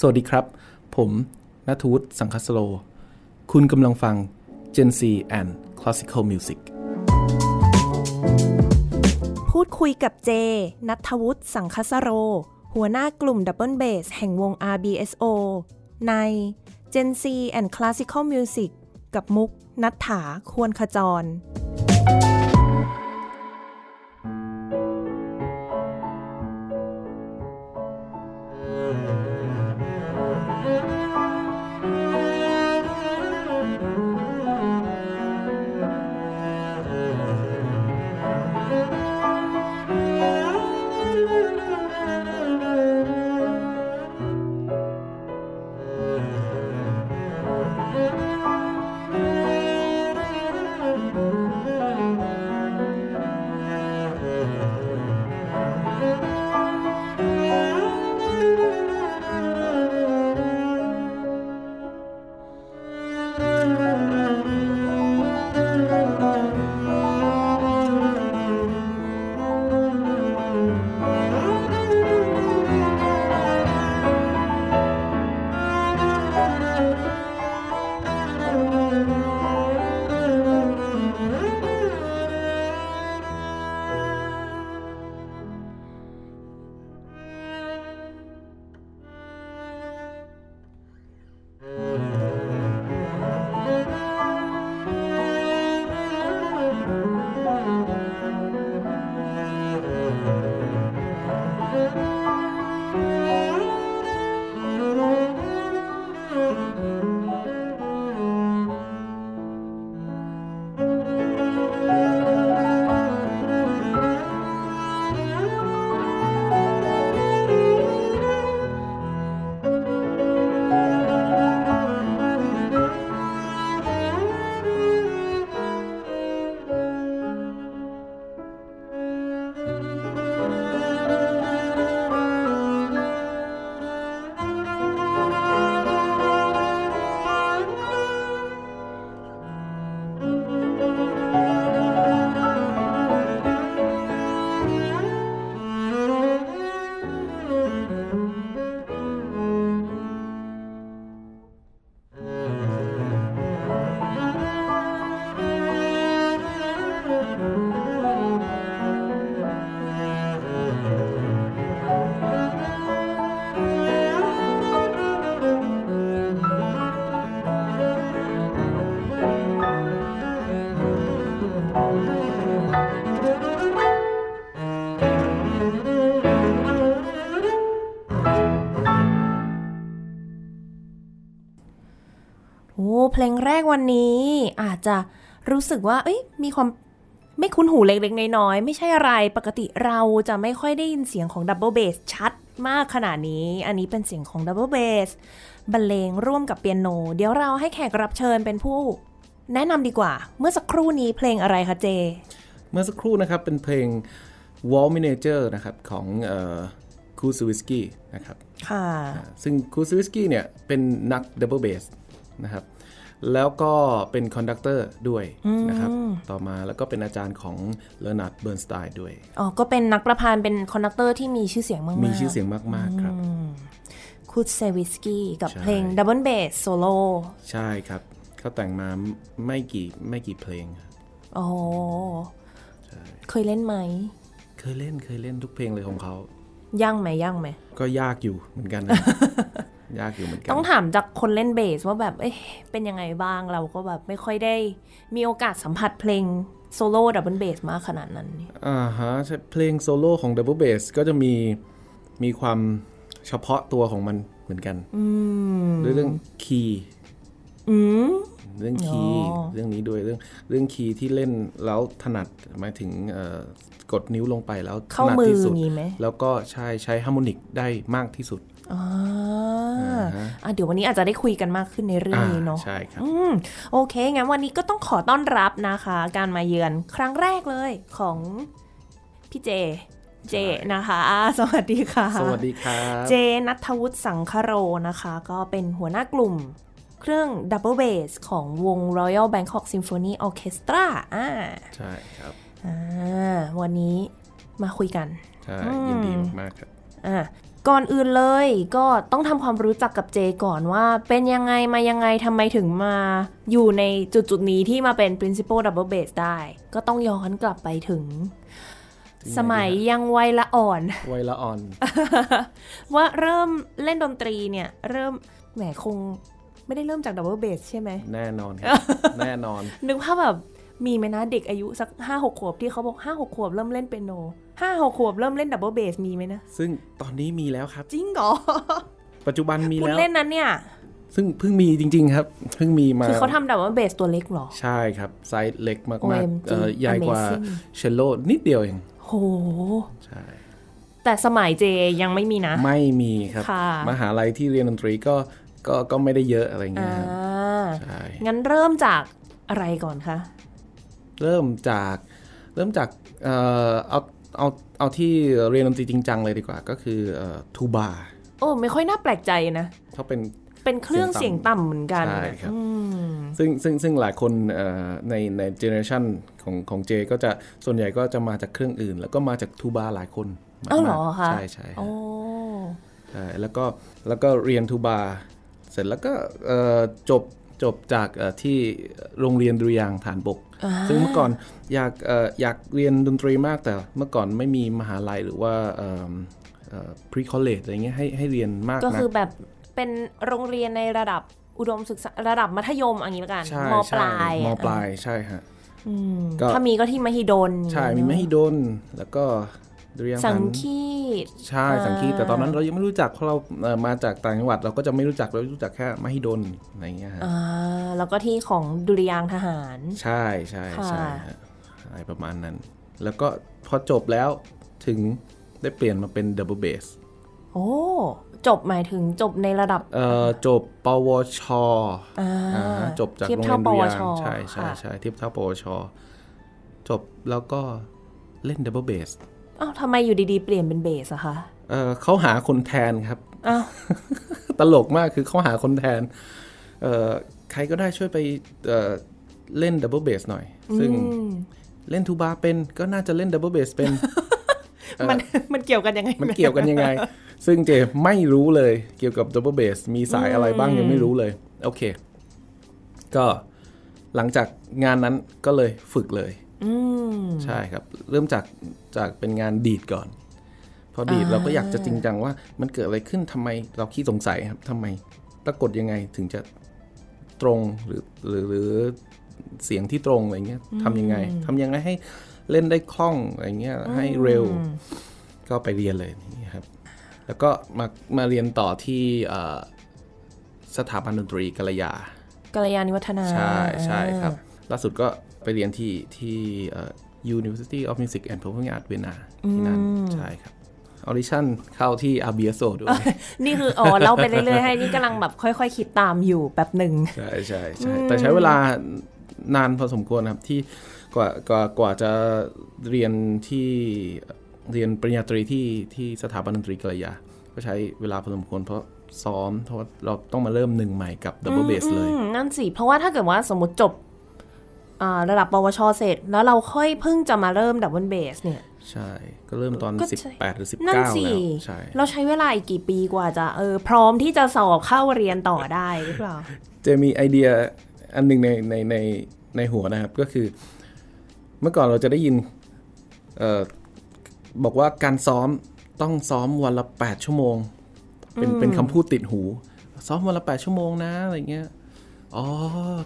สวัสดีครับ ผมนัทวุฒิสังคสโล คุณกำลังฟัง Gen C and Classical Music พูดคุยกับเจ นัทวุฒิ สังคสโร หัวหน้ากลุ่มดับเบิลเบสแห่งวง RBSO ใน Gen C and Classical Music กับมุก นัทถา ควรขจร โอ้เพลงแรกวันนี้อาจจะรู้สึกว่า เอ้ยมีความไม่คุ้นหูเล็กๆ น้อยๆ ไม่ใช่อะไรปกติเราจะไม่ค่อยได้ยินเสียงของดับเบิลเบสชัดมากขนาดนี้ อันนี้เป็นเสียงของดับเบิลเบสบรรเลงร่วมกับเปียโน เดี๋ยวเราให้แขกรับเชิญเป็นผู้ แนะนำดีกว่า เมื่อสักครู่นี้เพลงอะไรคะเจ เมื่อสักครู่นะครับ เป็นเพลง Wall Miniature นะครับ ของคูซูวิสกี้นะครับ ค่ะ ซึ่งครูซิวิสกี้เนี่ยเป็นนักดับเบิลเบสนะครับ แล้วก็เป็นคอนดักเตอร์ด้วยนะครับ ต่อมาแล้วก็เป็นอาจารย์ของเลอร์นาร์ดเบิร์นสไตน์ด้วย อ๋อ ก็เป็นนักประพันธ์เป็นคอนดักเตอร์ที่มีชื่อเสียงมากๆ มีชื่อเสียงมากๆครับ คุดเซวิสกี้กับ ใช่ เพลงดับเบิลเบสโซโล่ ใช่ครับ เขาแต่งมาไม่กี่ไม่กี่เพลง โอ้โหเคยเล่นไหม เคยเล่นเคยเล่นทุกเพลงเลยของเขา ย่างไหมย่างไหม ก็ยากอยู่เหมือนกัน นะ ยากอยู่เหมือนกัน ต้องถามจากคนเล่นเบสว่าแบบ เอ๊ะเป็นยังไงบ้างเราก็แบบไม่ค่อยได้ มีโอกาสสัมผัสเพลงโซโล่ดับเบิลเบสมากขนาดนั้นนี่ อ่าฮะใช่เพลงโซโล่ของ Double Bass ก็จะมีมีความเฉพาะตัวของมันเหมือนกันเรื่องคีย์เรื่องคีย์เรื่องนี้ด้วยเรื่องเรื่องคีย์ที่เล่นแล้วถนัดหมายถึงเอ่อกดนิ้วลงไปแล้วถ เข้า นัด มือ ที่สุด มีไหม แล้วก็ใช้ใช้ฮาร์โมนิกได้มากที่สุด อ๋ออ่าอ่ะเดี๋ยววันนี้อาจจะได้คุยกันมากขึ้นในเรื่องนี้เนาะ ใช่ครับ อืมโอเค งั้นวันนี้ก็ต้องขอต้อนรับนะคะ การมาเยือนครั้งแรกเลยของพี่เจ เจนะคะอ่าสวัสดีค่ะ สวัสดีครับ เจนัทวุฒิสังคโรนะคะ ก็เป็นหัวหน้ากลุ่มเครื่องดับเบิลเบสของวง Royal Bangkok Symphony Orchestra อ่า ใช่ครับ อ่าวันนี้มาคุยกัน ใช่ยินดีมากๆครับ อ่ะ ก่อนอื่นเลยก็ต้องทำความรู้จักกับเจก่อนว่า เป็นยังไงมายังไงทำไมถึงมาอยู่ในจุดจุดๆนี้ที่มาเป็น principal double bass ได้ ก็ต้องย้อนกลับไปถึง สมัยยังวัยละอ่อน ไวละอ่อน ว่าเริ่มเล่นดนตรีเนี่ย เริ่มแหมคงไม่ได้เริ่มจากดับเบิลเบสใช่ไหม แน่นอน ครับ แน่นอน นึกภาพแบบมีไหมนะเด็กอายุสักห้าหกขวบที่เขาบอกห้าหกขวบเริ่มเล่นเปียโนห้าหกขวบเริ่มเล่นดับเบิลเบสมีไหมนะ ซึ่งตอนนี้มีแล้วครับ จริงเหรอ ปัจจุบันมี พูด แล้ว เล่นนั้นเนี่ย ซึ่งเพิ่งมีจริงๆครับ เพิ่งมีมา คือเขาทำดับเบิลเบสตัวเล็กเหรอ ใช่ครับ ไซส์เล็กมาก OMG ๆเอ่อใหญ่กว่า Amazing เชลโลนิดเดียวเอง โห ใช่ แต่สมัยเจยังไม่มีนะ ไม่มีครับ ค่ะ มหาลัยที่เรียนดนตรีก็ก็ก็ไม่ได้เยอะอะไรเงี้ อ่าคยรับใช่ งั้นเริ่มจากอะไรก่อนคะ เริ่มจากเริ่มจากเอ่อเอาเอาเอาที่เรียนดนตรีจริงจังเลยดีกว่า ก็คือทูบา โอ้ไม่ค่อยน่าแปลกใจนะ เขาเป็น เป็นเครื่องเสียงต่ำเหมือนกัน ใช่ครับ อืม ซึ่งซึ่งซึ่งหลายคนเอ่อในในเจเนอเรชันของของเจก็จะส่วนใหญ่ก็จะมาจากเครื่องอื่น แล้วก็มาจากทูบาหลายคนมกๆ เอ้าเหรอคะ ใช่ใช่ โอ้ ใช่แล้วก็แล้วก็เรียนทูบาเสร็จแล้วก็เอ่อจบจบจากเอ่อที่โรงเรียนดุริยางค์ฐานบก ซึ่งเมื่อก่อนอยากเอ่ออยากเรียนดนตรีมากแต่เมื่อก่อนไม่มีมหาลัยหรือว่าพรีคอลเลจอะไรเงี้ยให้ให้เรียนมาก ก็ นะ คือแบบเป็นโรงเรียนในระดับอุดมศึกษาระดับมัธยมอย่างนี้ละกัน ใช่ มป ใช่ ลาย ม อะ ปลายใช่ฮะ อืม ก็ ถ้ามีก็ที่มหิดล ใช่มีมหิดลแล้วก็ดุริยางค์ สั ฐางน คีต ใช่สังคีต อ่า แต่ตอนนั้นเรายังไม่รู้จักเพราะเราเอ่อมาจากต่างจังหวัด เราก็จะไม่รู้จักเรารู้จักแค่มหิดลอะไรอย่างเงี้ยฮะ อ่าแล้วก็ที่ของดุริยางค์ทหาร ใช่ใช่ใช่ ค่ะ ฮะอะไรประมาณนั้น แล้วก็พอจบแล้วถึงได้เปลี่ยนมาเป็นดับเบิลเบส โอ้จบหมายถึงจบในระดับ เอ่อจบปวช อ่า อ่าฮะจบจาก ทีย โรง ท่ เรียนดุริยาง ปว ค์ ช ใช่ใช่ ค่ะ ใช่เทียบเท่าปวช จบแล้วก็เล่นดับเบิลเบส อ้าวทำไมอยู่ดีๆเปลี่ยนเป็นเบสอะคะ เอ่อเขาหาคนแทนครับ อ้าว ตลกมากคือเขาหาคนแทน เอ่อใครก็ได้ช่วยไปเอ่อเล่นดับเบิลเบสหน่อย ซึ่ง อืม เล่นทูบาเป็นก็น่าจะเล่นดับเบิลเบสเป็น มันมันเกี่ยวกันยังไง มันเกี่ยวกันยังไง ซึ่งเจไม่รู้เลยเกี่ยวกับดับเบิลเบสมีสายอะไรบ้างยังไม่รู้เลย โอเค ก็หลังจากงานนั้นก็เลยฝึกเลย อืม ใช่ครับ เริ่มจากจากเป็นงานดีดก่อน พอดีด อ่า เราก็อยากจะจริงจังว่ามันเกิดอะไรขึ้นทำไมเราขี้สงสัยครับทำไมตะกดยังไงถึงจะตรงหรือหรือหรือเสียงที่ตรงอะไรเงี้ยทำยังไงทำยังไงให้เล่นได้คล่องอะไรเงี้ยให้เร็ว ก็ไปเรียนเลยอย่างเงี้ยครับ แล้วก็มามาเรียนต่อที่เอ่อสถาบันดนตรีกัลยา กัลยาณิวัฒนา ใช่ใช่ครับ ล่าสุดก็ไปเรียนที่ที่เอ่อ University of Music and Performing Arts เวียนนาที่นั่นใช่ครับออริชั่นเข้าที่ a b s o ด้วย นี่คือ อ๋อเล่าไปเรื่อยๆให้นี่กำลังแบบค่อยๆคิดตามอยู่แป๊บหนึ่ง ใช่ใช่ใช่แต่ใช้เวลานานพอสมควรครับ ที่กว่ากว่ากว่าจะเรียนที่เรียนปริญญาตรีที่ที่สถาบันดนตรีกัลยา ก็ใช้เวลาพอสมควรเพราะซ้อมเพราะว่าเราต้องมาเริ่มหนึ่งใหม่กับดับเบิลเบสเลย อืมนั่นสิ เพราะว่าถ้าเกิดว่าสมมติจบอ่าระดับปวชเสร็จ แล้วเราค่อยเพิ่งจะมาเริ่มดับเบิลเบสเนี่ย ใช่ ก็เริ่มตอน ก็ใช่ 18 หรือ 19 นั่น แล้ว สิ ใช่ เราใช้เวลาอีกกี่ปีกว่าจะเออพร้อมที่จะสอบเข้าเรียนต่อได้หรือเป ล่า จะมีไอเดียอันหนึ่งในในในในหัวนะครับ ก็คือ เมื่อก่อนเราจะได้ยินเออบอกว่าการซ้อมต้องซ้อมวันละ 8 ชั่วโมง เป็นเป็นคำพูดติดหู ซ้อมวันละ 8 ชั่วโมงนะอะไรเงี้ยอ๋อ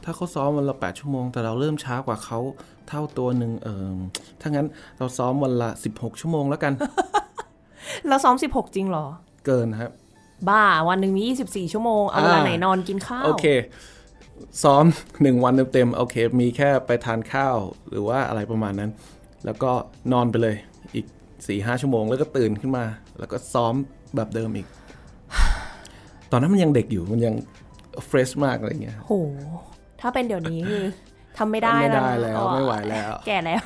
ถ้าเขาซ้อมวันละ 8 ชั่วโมง แต่เราเริ่มช้ากว่าเขาเท่าตัวหนึ่งเออถ้างั้นเราซ้อมวันละ 16 ชั่วโมงแล้วกัน เราซ้อม 16 จริงเหรอ เกินครับ บ้าวันหนึ่งมี 24 ชั่วโมง เอาเวลา อ่า ไหนนอนกินข้าว โอเค ซ้อม หนึ่งวันเต็มๆโอเค มีแค่ไปทานข้าวหรือว่าอะไรประมาณนั้น แล้วก็นอนไปเลยอีกสี่ห้าชั่วโมง แล้วก็ตื่นขึ้นมา แล้วก็ซ้อมแบบเดิมอีก ตอนนั้นมันยังเด็กอยู่มันยังเฟรชมากอะไรเงี้ย โห ถ้าเป็นเดี๋ยวนี้ คือทำไม่ได้ ไม่ แล้ว ได้ นะ แล้ว อ๋อ ไม่ไหวแล้ว แก่ แล้ว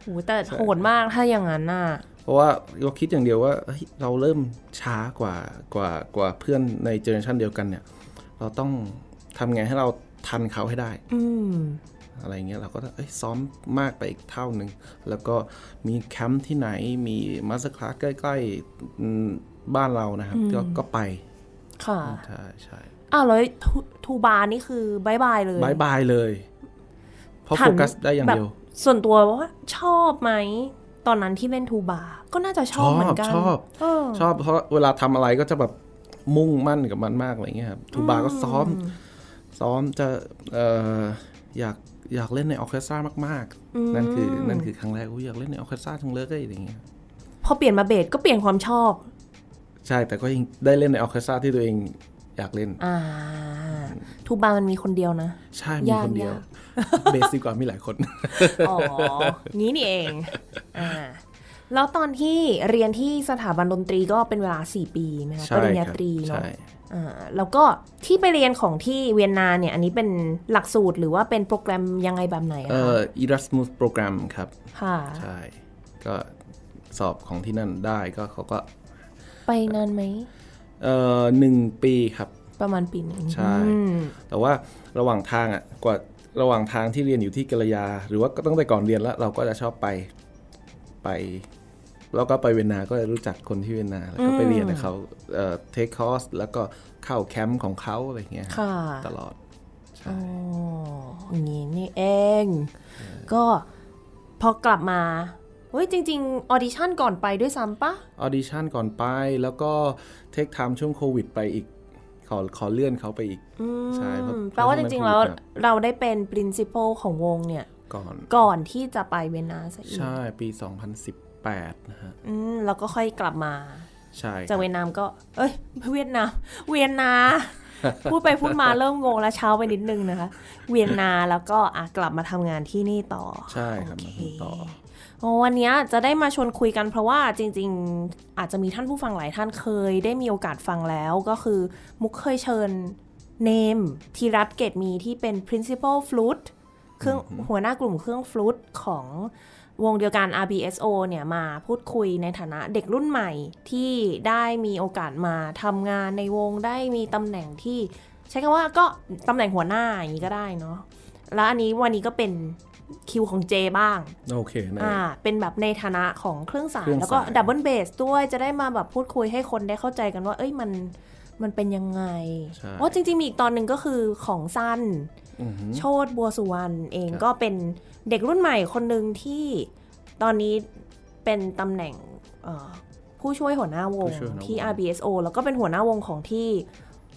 โหแต่โหดมากถ้าอย่างนั้นน่ะ เพราะว่าเราคิดอย่างเดียวว่าเฮ้ยเราเริ่มช้ากว่ากว่ากว่าเพื่อนในเจเนอเรชันเดียวกันเนี่ย เราต้องทำไงให้เราทันเขาให้ได้ อืม อะไรเงี้ยเราก็เอ้ยซ้อมมากไปอีกเท่าหนึ่ง แล้วก็มีแคมป์ที่ไหนมีมาสเตอร์คลาสใกล้ๆอืมบ้านเรานะครับก็ก็ไป ค่ะ ใช่ใช่ อ้าวแล้วทูทูบาร์นี่คือบายบายเลย บายบายเลย เพราะ ถ โฟ ม กัสได้อย่างเดียว แบบส่วนตัวว่าชอบไหม ตอนนั้นที่เล่นทูบาร์ก็น่าจะชอบเหมือนกัน ชอบ เออ ชอบเพราะเวลาทำอะไรก็จะแบบมุ่งมั่นกับมันมากอะไรเงี้ยครับทูบาก็ซ้อม ซ้อมจะเอ่ออยากอยากเล่นในออร์เคสตรามากๆ นั่นคือนั่นคือครั้งแรกอุ๊ยอยากเล่นในออร์เคสตราทั้งเลิกเลยอะไรเงี้ย พอเปลี่ยนมาเบสก็เปลี่ยนความชอบ ใช่แต่ก็ยังได้เล่นในออร์เคสตราที่ตัวเองอยากเล่น อ่า ทูบาร์มันมีคนเดียวนะ ใช่มี ยาก คนเดียวย าก เบสดีกว่ามีหลายคน อ๋อ นี้นี่เองอ่าแล้วตอนที่เรียนที่สถาบันดนตรีก็เป็นเวลา 4 ปีไหมคะ ใช่ ปริญญา ครับ ตรีเนาะ ใช่ อ่าแล้วก็ที่ไปเรียนของที่เวียนนาเนี่ย อันนี้เป็นหลักสูตรหรือว่าเป็นโปรแกรมยังไงแบบไหนอะ เอ่ คะ อ Erasmus program ครับ ค่ะ ใช่ ก็สอบของที่นั่นได้ก็เขาก็ ไปนานไหม เอ่อหนึ่งปีครับ ประมาณปีหนึ่ง ใช่ แต่ว่าระหว่างทางอ่ะกว่าระหว่างทางที่เรียนอยู่ที่กัลยา หรือว่าก็ตั้งแต่ก่อนเรียนแล้ว เราก็จะชอบไปไป แล้วก็ไปเวียนนาก็เลยรู้จักคนที่เวียนนา แล้วก็ไปเรียนกับเขาเอ่อเทคคอร์สแล้วก็เข้าแคมป์ของเขาอะไรเงี้ย ค่ะ ตลอดใช่ อ๋ออย่างนี้นี่เอง ก็พอกลับมาเฮ้ยจริง ๆ ออดิชั่นก่อนไปด้วยซ้ำปะ ออดิชั่นก่อนไปแล้วก็เทคไทม์ช่วงโควิดไปอีก ขอขอเลื่อนเขาไปอีก ใช่เพราะ อืมแปลว่าจริง ๆ แล้ว เพาะฉะนั้นโคด เราได้เป็น principal ของวงเนี่ย อะก่อน ก่อนที่จะไปเวียนนาซะอีก ใช่ปี 2018 นะฮะ อืมแล้วก็ค่อยกลับมา ใช่ จากเวียดนามก็ เอ้ย เวียดนาม เวียนนา พูดไปพูดมาเริ่มงงแล้วเช้าไปนิดนึงนะคะ เวียนนาแล้วก็อ่ะกลับมาทำงานที่นี่ต่อ ใช่ครับมาโอเค ต่อ โอ้วันเนี้ยจะได้มาชวนคุยกันเพราะว่าจริงๆ อาจจะมีท่านผู้ฟังหลายท่านเคย ได้มีโอกาสฟังแล้วก็คือมุกเคยเชิญเนมธีรัตน์เกตมีที่เป็น principal flute เครื่องหัวหน้ากลุ่มเครื่องฟลูตของวงเดียวกัน RBSO เนี่ยมาพูดคุยในฐานะเด็กรุ่นใหม่ที่ได้มีโอกาสมาทำงานในวงได้มีตำแหน่งที่ ใช้คำว่าก็ตำแหน่งหัวหน้าอย่างนี้ก็ได้เนาะแล้วอันนี้วันนี้ก็เป็นคิวของเจบ้าง โอเคนะ อ่า เป็นแบบในฐานะของเครื่องสาย เครื่องสาย แล้วก็ดับเบิลเบสด้วยจะได้มาแบบพูดคุยให้คนได้เข้าใจกันว่า เอ้ยมันมันเป็นยังไง ใช่ ว่าจริง ๆ มีอีกตอนหนึ่งก็คือของสั้น อือหือ โชตบัวสุวรรณเอง ครับ ก็เป็นเด็กรุ่นใหม่คนหนึ่งที่ตอนนี้เป็นตำแหน่งเอ่อผู้ช่วยหัวหน้าวงที่ RBSO แล้วก็เป็นหัวหน้าวงของที่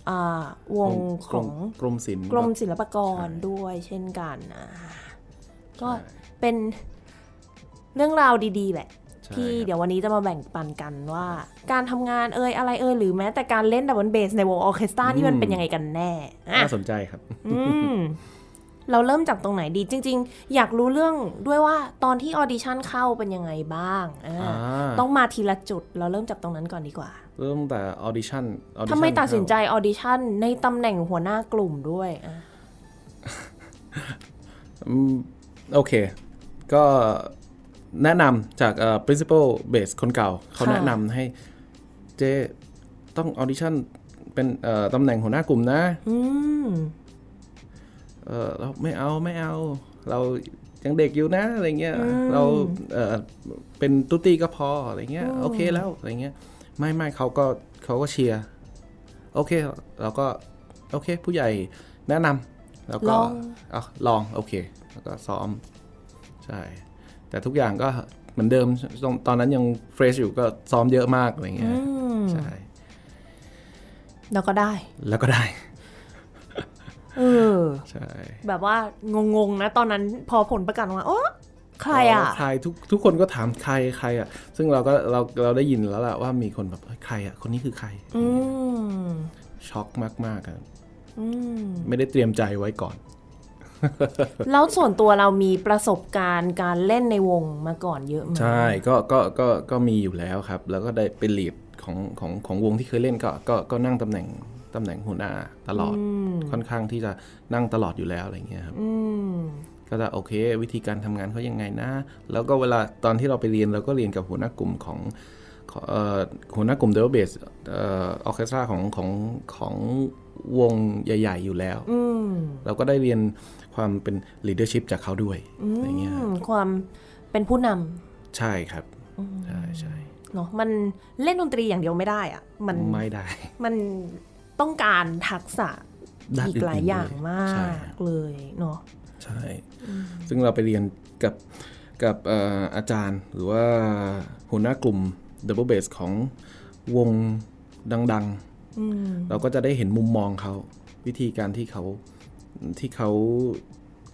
อ่าวงของ กรมศิลป์ กรมศิลปากร ใช่ ด้วยเช่นกันนะ ใช่ ก็เป็นเรื่องราวดีๆ แหละ ใช่ ที่ ครับ เดี๋ยววันนี้จะมาแบ่งปันกันว่า การทำงานเอ่ยอะไรเอ่ยหรือแม้แต่การเล่นดับเบิลเบสในวงออร์เคสตรานี่มันเป็นยังไงกันแน่อ่ะ น่าสนใจครับ อืม เราเริ่มจากตรงไหนดีจริง ๆ อยากรู้เรื่องด้วยว่าตอนที่ออดิชั่นเข้าเป็นยังไงบ้างอ่า อ่า ต้องมาทีละจุด เราเริ่มจากตรงนั้นก่อนดีกว่า เริ่มแต่ออดิชั่น ทำไมตัดสินใจออดิชั่นในตำแหน่งหัวหน้ากลุ่มด้วยอ่ะ โอเค ก็แนะนำจากเอ่อ principal base คนเก่า เขาแนะนำให้เจต้องออดิชั่นเป็นเอ่อตำแหน่งหัวหน้ากลุ่มนะ อืม เออเราไม่เอาไม่เอา เรายังเด็กอยู่นะอะไรเงี้ยเราเออเป็นตุ๊ตี้ก็พออะไรเงี้ยโอเคแล้วอะไรเงี้ยไม่ไม่เขาก็เขาก็เชียร์โอเคเราก็โอเค ผู้ใหญ่แนะนำแล้วก็ ลอง เอาลองโอเค แล้วก็ซ้อมใช่ แต่ทุกอย่างก็เหมือนเดิมตอนตอนนั้นยังเฟรชอยู่ก็ซ้อมเยอะมากอะไรเงี้ย อืม ใช่ เราก็ได้ แล้วก็ได้ เออ ใช่ แบบว่างงๆนะ ตอนนั้นพอผลประกาศออกมาโอ้ใครอ่ะ ใครทุกทุกคนก็ถามใครใครอ่ะ ซึ่งเราก็เราเราได้ยินแล้วล่ะว่ามีคนแบบเฮ้ยใครอ่ะคนนี้คือใคร อืม ช็อกมากๆอะ อืม ไม่ได้เตรียมใจไว้ก่อน แล้วส่วนตัวเรามีประสบการณ์การเล่นในวงมาก่อนเยอะไหม ใช่ ก็ ก็ ก็ ก็มีอยู่แล้วครับ แล้วก็ได้เป็นลีดของของของวงที่เคยเล่นก็ ก็ ก็นั่งตำแหน่งตำแหน่งหัวหน้าตลอด ค่อนข้างที่จะนั่งตลอดอยู่แล้วอะไรเงี้ยครับ อืม ก็จะโอเค วิธีการทำงานเขายังไงนะ แล้วก็เวลาตอนที่เราไปเรียนเราก็เรียนกับหัวหน้ากลุ่มของของเอ่อหัวหน้ากลุ่มเดลเบสออเคสตราของของของ วงใหญ่ ๆ อยู่แล้ว อืม เราก็ได้เรียนความเป็น leadership จากเขาด้วยอะไรเงี้ย อืมความเป็นผู้น ใช่ครับใช่ใช่ ำเนาะมันเล่นดนตรีอย่างเดียวไม่ได้อะมัน ไม่ได้ มันต้องการทักษะ ด้น อีก นๆ หลายอย่าง ด้ว มา ใช่ กเลยเนาะ ใช่ ซึ่งเราไปเรียนกับกับเอ่ออาจารย์ หรือว่าหัวหน้ากลุ่ม Double Bass ของวงดัง ๆ อืม เราก็จะได้เห็นมุมมองเขา วิธีการที่เขาที่เขา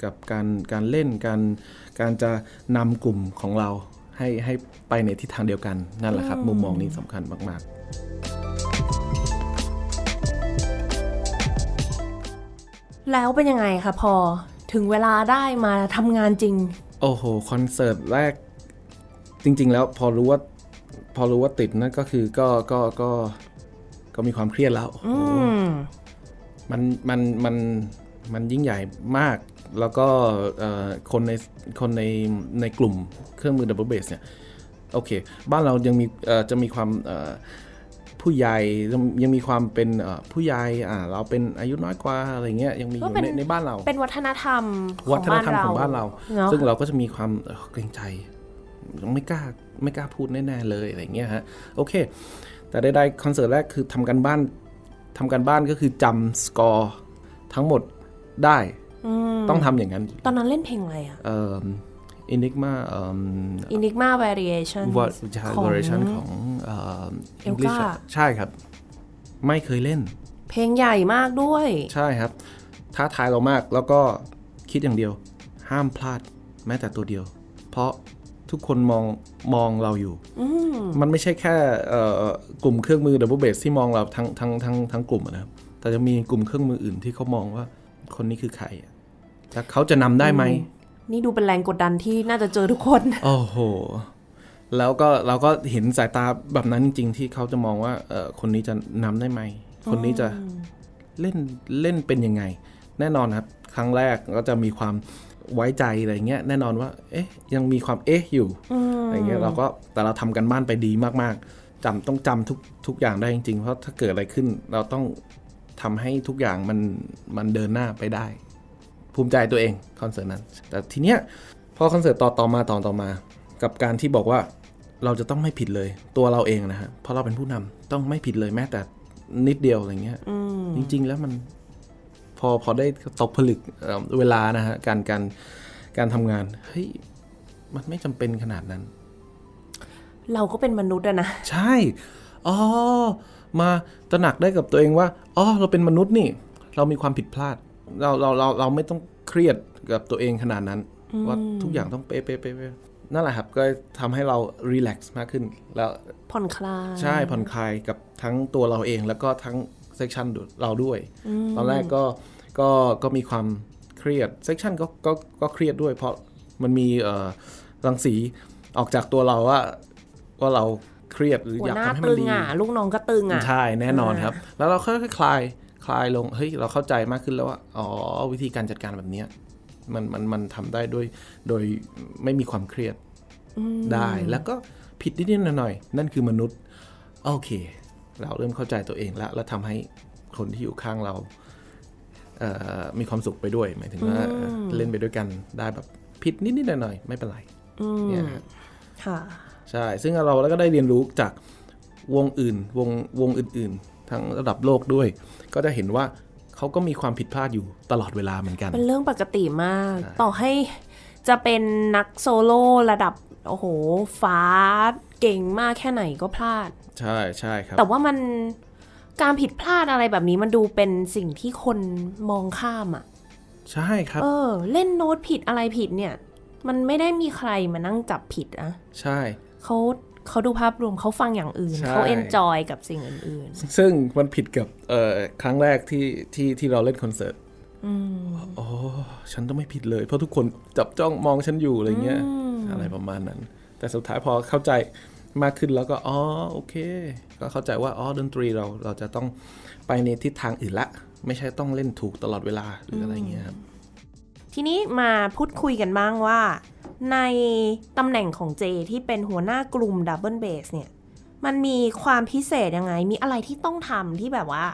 กับการการเล่นการการจะนำกลุ่มของเราให้ให้ไปในทิศทางเดียวกันนั่นแหละครับ มุมมองนี้สำคัญมาก แล้วเป็นยังไงคะพอถึงเวลาได้มาทำงานจริง ๆ โอ้โห คอนเสิร์ตแรก จริง ๆ แล้วพอรู้ว่าพอรู้ว่าติดนั่นก็คือก็ก็ก็ก็มีความเครียดแล้วโอ้โห อืม มันมันมันมันยิ่งใหญ่มาก แล้วก็เอ่อคนในคนในในกลุ่มเครื่องมือดับเบิลเบสเนี่ย โอเค บ้านเรายังมีเอ่อจะมีความเอ่อผู้ใหญ่ยังยังมีความเป็นเอ่อผู้ใหญ่อ่าเราเป็นอายุน้อยกว่าอะไรเงี้ยยังมีอ ก็ ยู่ เป็น ในในบ้านเรา เป็นวัฒนธรรมข วั อง ฒน บ้าน ธรรม เรา ของบ้านเรา เนาะ ซึ่งเราก็จะมีความเอ่อเกรงใจ ไม่กล้าไม่กล้าพูดแน่ๆเลยอะไรอย่างเงี้ยฮะโอเค แต่ได้ๆคอนเสิร์ตแรกคือทำกันบ้านทำกันบ้านก็คือจำสกอร์ทั้งหมดได้ อืม ต้องทำอย่างนั้น ตอนนั้นเล่นเพลงอะไรอ่ะ เอ่ออินิกมาเอ่อ Enigma Variation วอร์ชัน ของ วอร์ชันของเอ่อ Elgar English อะใช่ครับ ไม่เคยเล่น เพลงใหญ่มากด้วย ใช่ครับ ท้าทายเรามากแล้วก็คิดอย่างเดียว ห้ามพลาดแม้แต่ตัวเดียว เพราะทุกคนมองมองเราอยู่ อืม มันไม่ใช่แค่เอ่อกลุ่มเครื่องมือ double bass ที่มองเราทั้งทั้งทั้งทั้งกลุ่มอะนะครับ แต่จะมีกลุ่มเครื่องมืออื่นที่เขามองว่าคนนี้คือใครอะแล้วเขาจะนำได้ไหม นี่ดูเป็นแรงกดดันที่น่าจะเจอทุกคน โอ้โห แล้วก็เราก็เห็นสายตาแบบนั้นจริงๆ ที่เขาจะมองว่าเอ่อคนนี้จะนำได้ไหม คนนี้จะเล่นเล่นเป็นยังไง แน่นอนครับ ครั้งแรกก็จะมีความไว้ใจอะไรเงี้ย แน่นอนว่า เอ๊ะ ยังมีความเอ๊ะอยู่ อืม อะไรเงี้ย เราก็แต่เราทำกันบ้านไปดีมากๆจำต้องจำทุกทุกอย่างได้จริงๆ เพราะถ้าเกิดอะไรขึ้น เราต้องทำให้ทุกอย่างมันมันเดินหน้าไปได้ ภูมิใจตัวเองคอนเสิร์ตนั้น แต่ทีเนี้ยพอคอนเสิร์ตต่อต่อมาต่อต่อมา กับการที่บอกว่าเราจะต้องไม่ผิดเลยตัวเราเองนะฮะเพราะเราเป็นผู้นำต้องไม่ผิดเลยแม้แต่นิดเดียวอะไรเงี้ย อืม จริง ๆ แล้วมันพอพอได้ตกผลึกเอ่อเวลานะฮะการการการทำงานเฮ้ยมันไม่จำเป็นขนาดนั้น เราก็เป็นมนุษย์อะนะ ใช่ อ๋อ มาตระหนักได้กับตัวเองว่า อ๋อ เราเป็นมนุษย์นี่ เรามีความผิดพลาด เรา เรา เรา เราไม่ต้องเครียดกับตัวเองขนาดนั้น ว่าทุกอย่างต้องเป๊ะเป๊ะเป๊ะเป๊ะนั่นแหละครับ ก็ทำให้เรารีแลกซ์มากขึ้น แล้ว ผ่อนคลาย ใช่ ผ่อนคลายกับทั้งตัวเราเอง แล้วก็ทั้งเซกชันเราด้วย ตอนแรกก็ ก็ ก็มีความเครียด เซกชันก็ ก็ ก็เครียดด้วย เพราะมันมีเอ่อรังสีออกจากตัวเราว่า ว่าเราเครียดหรือ หัวยอาก หน้า ทำให้ ตึ มัน ง ดี อ่ะ ลูกน้องก็ตึงอ่ะ ใช่แน่นอน อ่า ครับ แล้วเราค่อยๆคลายคลายลงเฮ้ยเราเข้าใจมากขึ้นแล้วว่าอ๋อวิธีการจัดการแบบเนี้ยมันมันมันทำได้ด้วยโดยไม่มีความเครียดได้แล้วก็ผิดนิดๆหน่อยๆนั่นคือมนุษย์ โอเค เราเริ่มเข้าใจตัวเองแล้วแล้วทำให้คนที่อยู่ข้างเราเอ่อมีความสุขไปด้วย หมายถึงว่าเอ่อเล่นไปด้วยกันได้แบบผิดนิดๆหน่อยๆไม่เป็นไร อืม เนี่ยฮะ ค่ะ ใช่ ซึ่งเราแล้วก็ได้เรียนรู้จากวงอื่น วงวงอื่นๆ ทั้งระดับโลกด้วย ก็จะเห็นว่าเขาก็มีความผิดพลาดอยู่ตลอดเวลาเหมือนกัน เป็นเรื่องปกติมาก ต่อให้จะเป็นนักโซโล่ระดับ โอ้โห ฟ้าเก่งมากแค่ไหนก็พลาด ใช่ใช่ครับ แต่ว่ามันการผิดพลาดอะไรแบบนี้มันดูเป็นสิ่งที่คนมองข้ามอะ่ะ ใช่ครับ เออ เล่นโน้ตผิดอะไรผิดเนี่ย มันไม่ได้มีใครมานั่งจับผิดอะ ใช่ เขาเขาดูภาพรวมเขาฟังอย่างอื่น ใช่ เขาเอนจอยกับสิ่งอื่น ซึ่งมันผิดกับเอ่อครั้งแรกที่ที่ที่เราเล่นคอนเสิร์ตโอ้ฉันต้องไม่ผิดเลย เพราะทุกคนจับจ้องมองฉันอยู่อะไรเงี้ย อะไรประมาณนั้น แต่สุดท้ายพอเข้าใจมากขึ้นแล้วก็อ๋อโอเค ก็เข้าใจว่าอ๋อดนตรีเราเราจะต้องไปในทิศทางอื่นละ ไม่ใช่ต้องเล่นถูกตลอดเวลาหรืออะไรเงี้ยครับ ๆ ทีนี้มาพูดคุยกันบ้างว่า ในตำแหน่งของเจที่เป็นหัวหน้ากลุ่มดับเบิลเบสเนี่ย มันมีความพิเศษยังไง มีอะไรที่ต้องทำที่แบบว่า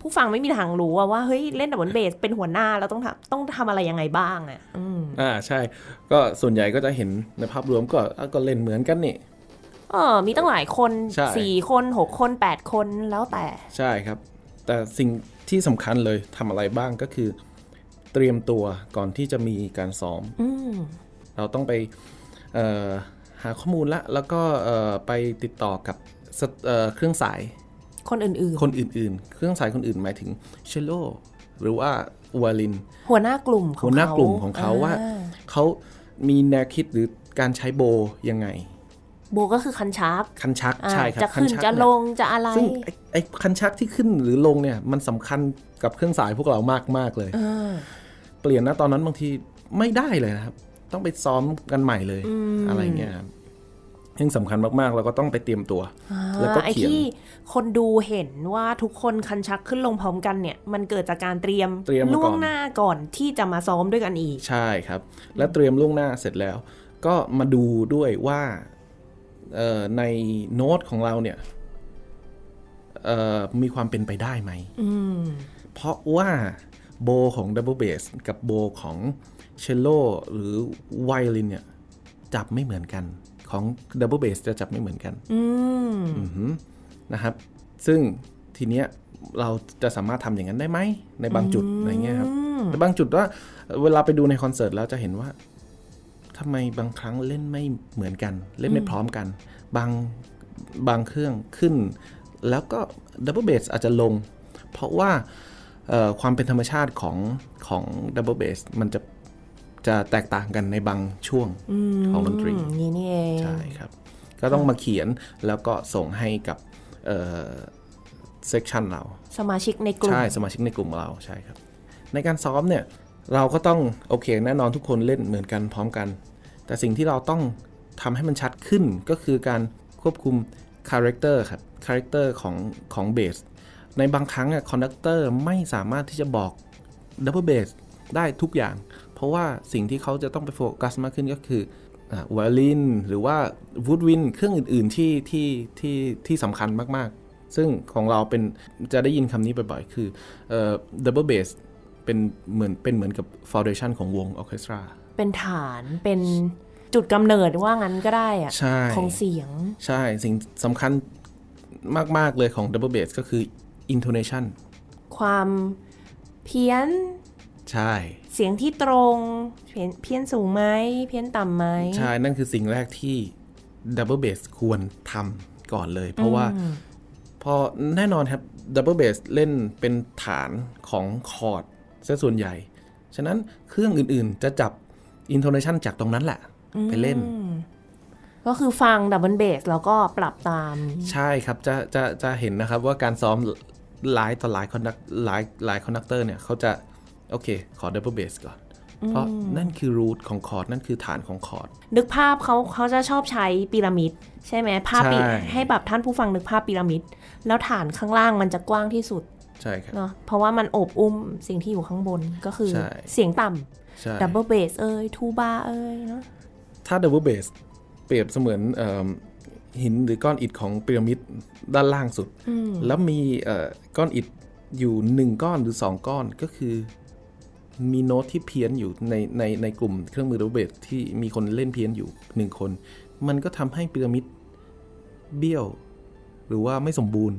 ผู้ฟังไม่มีทางรู้อะว่าเฮ้ยเล่นดับเบิลเบสเป็นหัวหน้าแล้วต้องทำต้องทำอะไรยังไงบ้างอะอืม อ่าใช่ ก็ส่วนใหญ่ก็จะเห็นในภาพรวมก็อ่ะก็เล่นเหมือนกันนี่ เออมีตั้งหลายคน ใช่ สี่คนหกคนแปดคนแล้วแต่ ใช่ครับ แต่สิ่งที่สำคัญเลยทำอะไรบ้างก็คือ เตรียมตัวก่อนที่จะมีการซ้อม อืม เราต้องไปเอ่อหาข้อมูลละ แล้วก็เอ่อไปติดต่อกับสเอ่อเครื่องสาย คนอื่น คนอื่นๆ เครื่องสายคนอื่นหมายถึงเชลโลหรือว่าวาลิน ๆหัวหน้ากลุ่มของ หัวหน้ากลุ่มของเขาว่า อ่ เขามีแนวคิดหรือการใช้โบยังไง โบก็คือคันชัก คันชัก อ่า ใช่ครับ จะขึ้คันชัก จะล เย งจะอะไร ซึ่งไอ้ไอ้คันชักที่ขึ้นหรือลงเนี่ยมันสำคัญกับเครื่องสายพวกเรามากมากๆเลย เออ เปลี่ยนนะตอนนั้นบางทีไม่ได้เลยนะครับ ต้องไปซ้อมกันใหม่เลยอะไรเงี้ยครับซึ่งสำคัญมากๆเราก็ต้องไปเตรียมตัว แล้วก็ ไอ้ เขียน ที่คนดูเห็นว่าทุกคนคันชักขึ้นลงพร้อมกันเนี่ย มันเกิดจากการเตรียม เตรียมมาก่อน ล่วงหน้าก่อนที่จะมาซ้อมด้วยกันอีก ใช่ครับ และเตรียมล่วงหน้าเสร็จแล้ว ก็มาดูด้วยว่าเอ่อในโน้ตของเราเนี่ยเอ่อมีความเป็นไปได้ไหม อืม เพราะว่าโบของดับเบิลเบสกับโบของเชลโลหรือไวโอลินเนี่ย จับไม่เหมือนกัน ของดับเบิลเบสจะจับไม่เหมือนกัน อืม อือหือนะครับ ซึ่งทีเนี้ยเราจะสามารถทำอย่างนั้นได้ไหม ในบางจุดอะไรเงี้ยครับในบางจุดว่าเวลาไปดูในคอนเสิร์ตแล้วจะเห็นว่าทำไมบางครั้งเล่นไม่เหมือนกัน เล่นไม่พร้อมกัน บางบางเครื่องขึ้น แล้วก็ดับเบิลเบสอาจจะลง เพราะว่า เอ่อความเป็นธรรมชาติของของดับเบิลเบสมันจะจะแตกต่างกันในบางช่วงของดนตรี นี่นี่เอง ใช่ครับ ก็ต้องมาเขียนแล้วก็ส่งให้กับเซกชันเรา สมาชิกในกลุ่ม ใช่สมาชิกในกลุ่มเราใช่ครับ ในการซ้อมเนี่ยเราก็ต้องโอเคแน่นอนทุกคนเล่นเหมือนกันพร้อมกัน แต่สิ่งที่เราต้องทำให้มันชัดขึ้นก็คือการควบคุมคาแรคเตอร์ครับคาแรคเตอร์ของของเบสในบางครั้งอะคอนดักเตอร์ไม่สามารถที่จะบอกดับเบิลเบสได้ทุกอย่าง เพราะว่าสิ่งที่เขาจะต้องไปโฟกัสมากขึ้นก็คือวอลลินหรือว่าวูดวินเครื่องอื่นๆที่ที่ที่ที่สำคัญมากๆ ซึ่งของเราเป็นจะได้ยินคำนี้บ่อยๆ คือเอ่อ double bass เป็นเหมือนเป็นเหมือนกับ foundation ของวงออเคสตรา เป็นฐานเป็นจุดกำเนิดว่างั้นก็ได้อะ ใช่ ของเสียง ใช่ สิ่งสำคัญมาก ๆ เลยของ double bass ก็คือ intonation ความเพี้ยน ใช่ เสียงที่ตรงเพี้ยนเพี้ยนสูงไหมเพี้ยนต่ำไหม ใช่ นั่นคือสิ่งแรกที่ double bass ควรทำก่อนเลย เพราะว่าพอแน่นอนครับ double bass เล่นเป็นฐานของคอร์ดซะส่วนใหญ่ ฉะนั้นเครื่องอื่นๆ จะจับ intonation จากตรงนั้นแหละ ไปเล่น ก็คือฟังดับเบิลเบสแล้วก็ปรับตาม ใช่ครับ จะจะจะเห็นนะครับว่าการซ้อมหลายต่อหลายคอนดักหลายหลายคอนดักเตอร์เนี่ยเขาจะโอเค ขอดับเบิลเบสก่อน เพราะนั่นคือรูทของคอร์ดนั่นคือฐานของคอร์ด นึกภาพเขาเขาจะชอบใช้พีระมิด ใช่ไหมภาพปี ใช่ ให้แบบท่านผู้ฟังนึกภาพพีระมิด แล้วฐานข้างล่างมันจะกว้างที่สุด ใช่ครับ เนาะเพราะว่ามันโอบอุ้มสิ่งที่อยู่ข้างบนก็คือ ใช่ เสียงต่ ใช่ ำดับเบิลเบสเอ้ยทูบาเอ้ยเนาะ ถ้าดับเบิลเบสเปรียบเสมือนเอิ่มหินหรือก้อนอิฐของพีระมิดด้านล่างสุด แล้วมีเอ่อก้อนอิฐอยู่หนึ่งก้อนหรือสองก้อนก็คือมีโน้ตที่เพี้ยนอยู่ในในในกลุ่มเครื่องมือดับเบิลเบสที่มีคนเล่นเพี้ยนอยู่หนึ่งคน มันก็ทำให้พีระมิดเบี้ยว หรือว่าไม่สมบูรณ์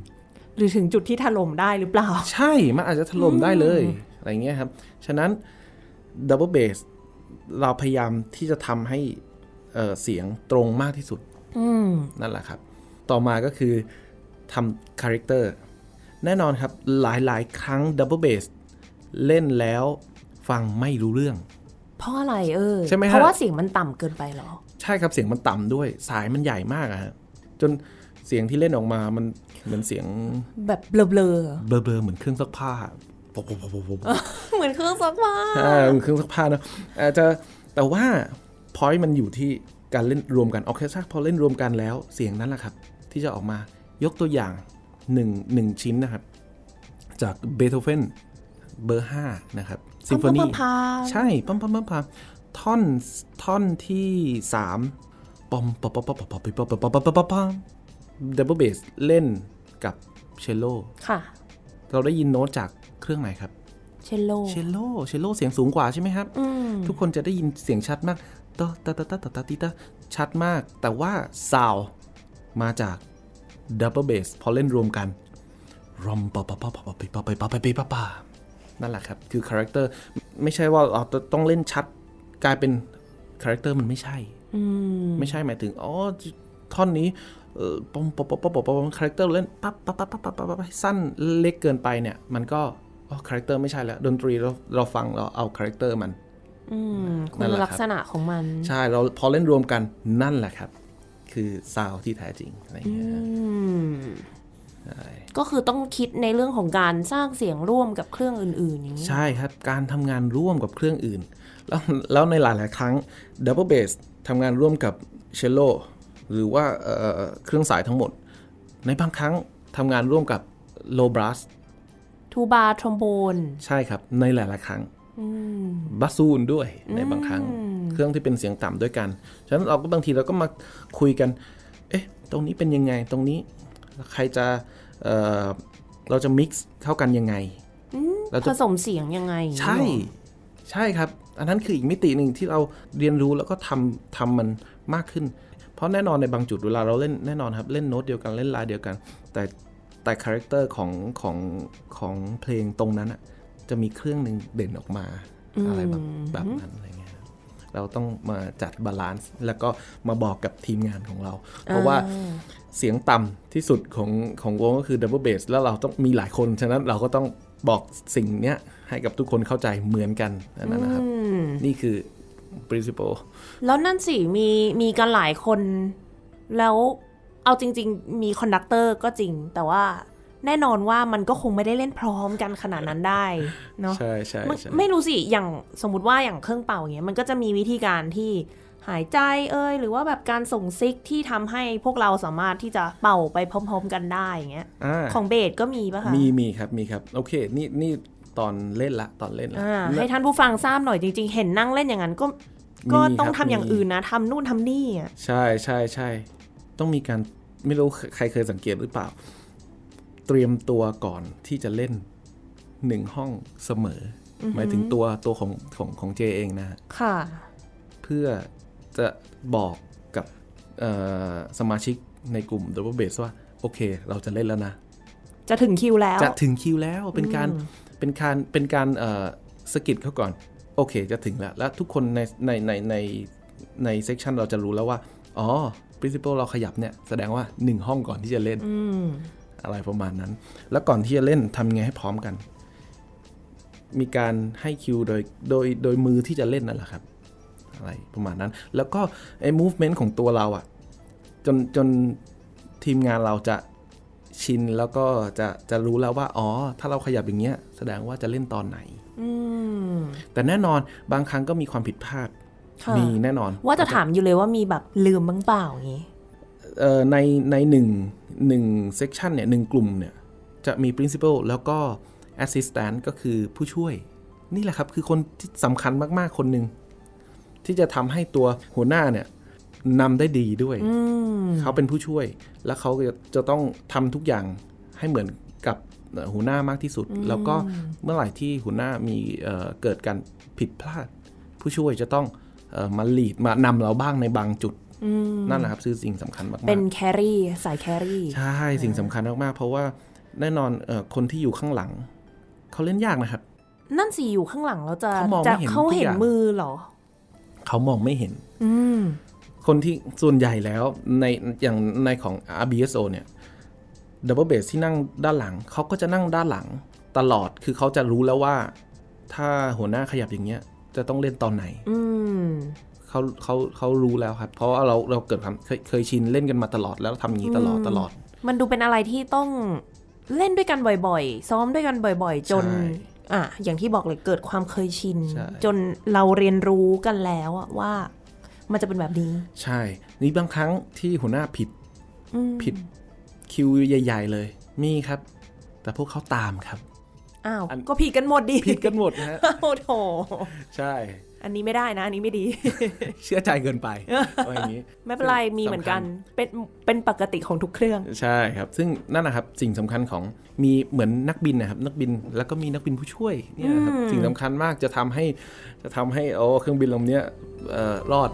หรือถึงจุดที่ถล่มได้หรือเปล่า ใช่ มันอาจจะถล่มได้เลย อะไรเงี้ยครับ ฉะนั้นดับเบิลเบสเราพยายามที่จะทำให้เอ่อเสียงตรงมากที่สุด อืม นั่นแหละครับ ต่อมาก็คือทำคาแรคเตอร์ แน่นอนครับหลายๆ ครั้งดับเบิลเบสเล่นแล้วฟังไม่รู้เรื่อง เพราะอะไรเออ ใช่ไหมฮะ เพราะว่าเสียงมันต่ำเกินไปเหรอ ใช่ครับเสียงมันต่ำด้วยสายมันใหญ่มากอะฮะจนเสียงที่เล่นออกมามันเหมือนเสียง แบบเบลอ เบลอๆเหมือนเครื่องซักผ้าปบปบปบปบป บ ๆ เหมือนเครื่องซักผ้า อ่าเครื่องซักผ้านะอาจจะแต่ว่าพอยต์มันอยู่ที่การเล่นรวมกันออเคสตราพอเล่นรวมกันแล้วเสียงนั้นแหละครับ ที่จะออกมายกตัวอย่างหนึ่งหนึ่งชิ้นนะครับ จากเบโธเฟนเบอร์5นะครับซิมโฟนี พา ใช่ปั๊มปั๊มปั๊มปั๊มท่อนท่อนที่3ปอมปอมปอมปอมปอมปอมปอมปอมปอมปอมปอมดับเบิลเบสเล่นกับเชลโล ค่ะ เราได้ยินโน้ตจากเครื่องไหนครับ เชลโล เชลโล เชลโลเสียงสูงกว่าใช่ไหมครับ อืม ทุกคนจะได้ยินเสียงชัดมากตะตะตะตะตะตะติตะชัดมาก แต่ว่าซาวมาจากดับเบิลเบสพอเล่นรวมกันรอมปะปะปะปะปะปะปะปะปะปะปะปะปะนั่นแหละครับ คือคาแรคเตอร์ไม่ใช่ว่าเราต้องเล่นชัดกลายเป็นคาแรคเตอร์มันไม่ใช่ อืม ไม่ใช่หมายถึง อ๋อ ท่อนนี้เออปอมปอมปอมปอมปอมปอมคาแรคเตอร์เล่นปั๊บปั๊บปั๊บปั๊บปั๊บปั๊บปั๊บสั้นเล็กเกินไปเนี่ย มันก็อ๋อคาแรคเตอร์ไม่ใช่แล้ว ดนตรีเราเราฟังเราเอาคาแรคเตอร์มัน อืม คุ นั่ ณ นแหละครับ ลักษณะของมัน ใช่ เราพอเล่นรวมกันนั่นแหละครับ คือซาวที่แท้จริงอะไรอย่างเงี้ย อืม ใช่ ก็คือต้องคิดในเรื่องของการสร้างเสียงร่วมกับเครื่องอื่นๆอย่างนี้ ใช่ครับ การทำงานร่วมกับเครื่องอื่น แล้วแล้วในหลาย ๆ ครั้งดับเบิลเบสทำงานร่วมกับเชลโลหรือว่าเอ่อเครื่องสายทั้งหมด ในบางครั้งทำงานร่วมกับโลบรัส ทูบาทรอมโบน ใช่ครับ ในหลาย ๆ ครั้ง อืม บัสซูนด้วยในบางครั้ง เครื่องที่เป็นเสียงต่ำด้วยกัน ฉะนั้นเราก็บางทีเราก็มาคุยกัน เอ๊ะ ตรงนี้เป็นยังไง ตรงนี้ใครจะเอ่อเราจะมิกซ์เข้ากันยังไง เรา ผ จะ สมเสียงยังไงอย่างนี้ ใช่ เหรอ ใช่ครับ อันนั้นคืออีกมิติหนึ่งที่เราเรียนรู้แล้วก็ทำทำมันมากขึ้น เพราะแน่นอนในบางจุดเวลาเราเล่นแน่นอนครับ เล่นโน้ตเดียวกันเล่นลายเดียวกัน แต่แต่คาแรคเตอร์ของของของเพลงตรงนั้นอะจะมีเครื่องหนึ่งเด่นออกมาอะไรแบบแบบนั้นอะไรเงี้ยครับเราต้องมาจัดบาลานซ์แล้วก็มาบอกกับทีมงานของเรา เพราะว่าเสียงต่ำที่สุดของของวงก็คือดับเบิลเบสแล้วเราต้องมีหลายคน ฉะนั้นเราก็ต้องบอกสิ่งเนี้ยให้กับทุกคนเข้าใจเหมือนกันอันนั่นนะครับ อืม นี่คือ principle แล้วนั่นสิมีมีกันหลายคน แล้วเอาจริง ๆ มีคอนดักเตอร์ก็จริง แต่ว่าแน่นอนว่ามันก็คงไม่ได้เล่นพร้อมกันขนาดนั้นได้เนาะ ใช่ใช่ มัน ใช่ ไม่รู้สิอย่างสมมติว่าอย่างเครื่องเป่าอย่างเงี้ยมันก็จะมีวิธีการที่หายใจเอ่ยหรือว่าแบบการส่งซิกที่ทำให้พวกเราสามารถที่จะเป่าไปพร้อม ๆ กันได้อย่างเงี้ย อ่า ของเบสก็มีปะคะ มีมีครับมีครับ โอเค นี่นี่ตอนเล่นละตอนเล่นละ อ่า และ ให้ท่านผู้ฟังทราบหน่อยจริง ๆ เห็นนั่งเล่นอย่างนั้นก็ก็ มีครับ ต้องทำอย่าง มี อื่นนะทำนู่นทำนี่อะ ใช่ใช่ใช่ต้องมีการไม่รู้ใครเคยสังเกตหรือเปล่า เตรียมตัวก่อนที่จะเล่นหนึ่งห้องเสมออหมายถึงตัวตัวของของของเจเองนะฮะ ค่ะ เพื่อจะบอกกับเอ่อสมาชิกในกลุ่ม Double Bass ว่า โอเค เราจะเล่นแล้วนะ จะถึงคิวแล้ว จะถึงคิวแล้วเป็นการเป็นการเป็นการเอ่อสะกิดเขาก่อน โอเคจะถึงแล้ว แล้วทุกคนในในในในในเซกชันเราจะรู้แล้วว่า อ๋อ principle เราขยับเนี่ย แสดงว่า 1 ห้องก่อนที่จะเล่น อืม อะไรประมาณนั้น แล้วก่อนที่จะเล่นทำไงให้พร้อมกัน มีการให้คิวโดยโดยโดยมือที่จะเล่นนั่นแหละครับ อะไรประมาณนั้น แล้วก็ไอ้ movement ของตัวเราอะ่ะ จนจนทีมงานเราจะชินแล้วก็จะจะรู้แล้วว่า อ๋อ ถ้าเราขยับอย่างเงี้ย แสดงว่าจะเล่นตอนไหน อืม แต่แน่นอนบางครั้งก็มีความผิดพลาด ค่ะ มีแน่นอน ว่าจะถามอยู่เลยว่ามีแบบลืมบ้างเปล่าอย่างงี้ เอ่อในในหนึ่งหนึ่ง section เนี่ยหนึ่งกลุ่มเนี่ย จะมี principal แล้วก็ assistant ก็คือผู้ช่วย นี่แหละครับ คือคนที่สำคัญมากๆคนหนึ่งที่จะทำให้ตัวหัวหน้าเนี่ยนำได้ดีด้วย อืม เขาเป็นผู้ช่วยแล้วเขาจะจะต้องทำทุกอย่างให้เหมือนกับเอ่อหัวหน้ามากที่สุด แล้วก็เมื่อไหร่ที่หัวหน้ามีเอ่อเกิดการผิดพลาด ผู้ช่วยจะต้องเอ่อมาลีดมานำเราบ้างในบางจุด อืม นั่นแหละครับคือสิ่งสำคัญมากๆ เป็นแครี่ สายแครี่ ใช่สิ่งสำคัญมากๆ เพราะว่าแน่นอนเอ่อคนที่อยู่ข้างหลัง เขาเล่นยากนะครับ นั่นสิอยู่ข้างหลังเราจะ เขามอง จะ ไม่เห็น เขาเห็ทุกนอย่าง มือเหรอ เขามองไม่เห็น อืม คนที่ส่วนใหญ่แล้วในอย่างในของ RBSO เนี่ย Double Bass ที่นั่งด้านหลัง เขาก็จะนั่งด้านหลังตลอดคือเขาจะรู้แล้วว่า ถ้าหัวหน้าขยับอย่างเงี้ย จะต้องเล่นตอนไหน อืม เขาเขาเขารู้แล้วครับ เพราะว่าเราเราเกิดความเคยเคยชินเล่นกันมาตลอดแล้วทำอย่างนี้ตลอดตลอด มันดูเป็นอะไรที่ต้องเล่นด้วยกันบ่อยๆ ซ้อมด้วยกันบ่อย ๆ จน ใช่ อ่ะ อย่างที่บอกเลยเกิดความเคยชิน ใช่ จนเราเรียนรู้กันแล้วอะว่า มันจะเป็นแบบนี้ ใช่ นี่บางครั้งที่หัวหน้าผิด อืม ผิดคิวใหญ่ ๆ เลย มีครับ แต่พวกเขาตามครับ อ้าว อัน ก็ผิดกันหมดดิ ผิดกันหมดนะฮะ อ้าว โถ ใช่ อันนี้ไม่ได้นะ อันนี้ไม่ดี เชื่อใจเกินไปอะไรอย่างนี้ ไม่เป็นไรมีเหมือนกันเป็นเป็นปกติของทุกเครื่อง ใช่ครับ ซึ่งนั่นนะครับสิ่งสำคัญของมีเหมือนนักบินนะครับ นักบินแล้วก็มีนักบินผู้ช่วยเนี่ยนะครับสิ่งสำคัญมากจะทำให้จะทำให้โอ้เครื่องบินลำเนี้ยเอ่อรอด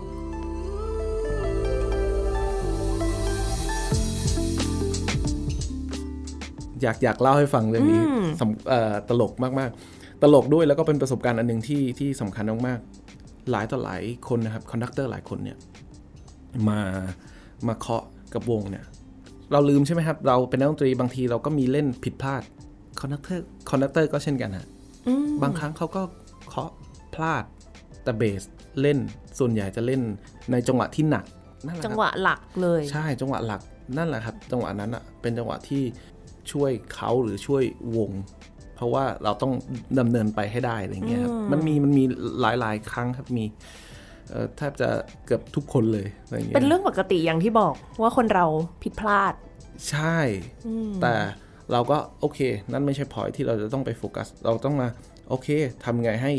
อยากอยากเล่าให้ฟังเรื่องนี้สำเอ่อตลกมาก ๆ ตลกด้วยแล้วก็เป็นประสบการณ์อันหนึ่งที่ที่สำคัญมากๆ หลายต่อหลายคนนะครับคอนดักเตอร์หลายคนเนี่ยมามาเคาะกับวงเนี่ย เราลืมใช่ไหมครับ เราเป็นนักดนตรีบางทีเราก็มีเล่นผิดพลาดคอนดักเตอร์คอนดักเตอร์ก็เช่นกันฮะ อืม บางครั้งเขาก็เคาะพลาดแต่เบสเล่นส่วนใหญ่จะเล่นในจังหวะที่หนักนั่นแหละค จั รั ง บ หวะหลักเลย ใช่จังหวะหลักนั่นแหละครับ จังหวะนั้นอ่ะเป็นจังหวะที่ช่วยเขาหรือช่วยวง เพราะว่าเราต้องดำเนินไปให้ได้อะไรเงี้ยครับมันมีมันมีหลายๆ ครั้งครับมีเอ่อแทบจะเกือบทุกคนเลยอะไรเงี้ย เป็นเรื่องปกติอย่างที่บอกว่าคนเราผิดพลาด ใช่ แต่เราก็โอเค นั่นไม่ใช่พอยที่เราจะต้องไปโฟกัส เราต้องมาโอเคทำไงให้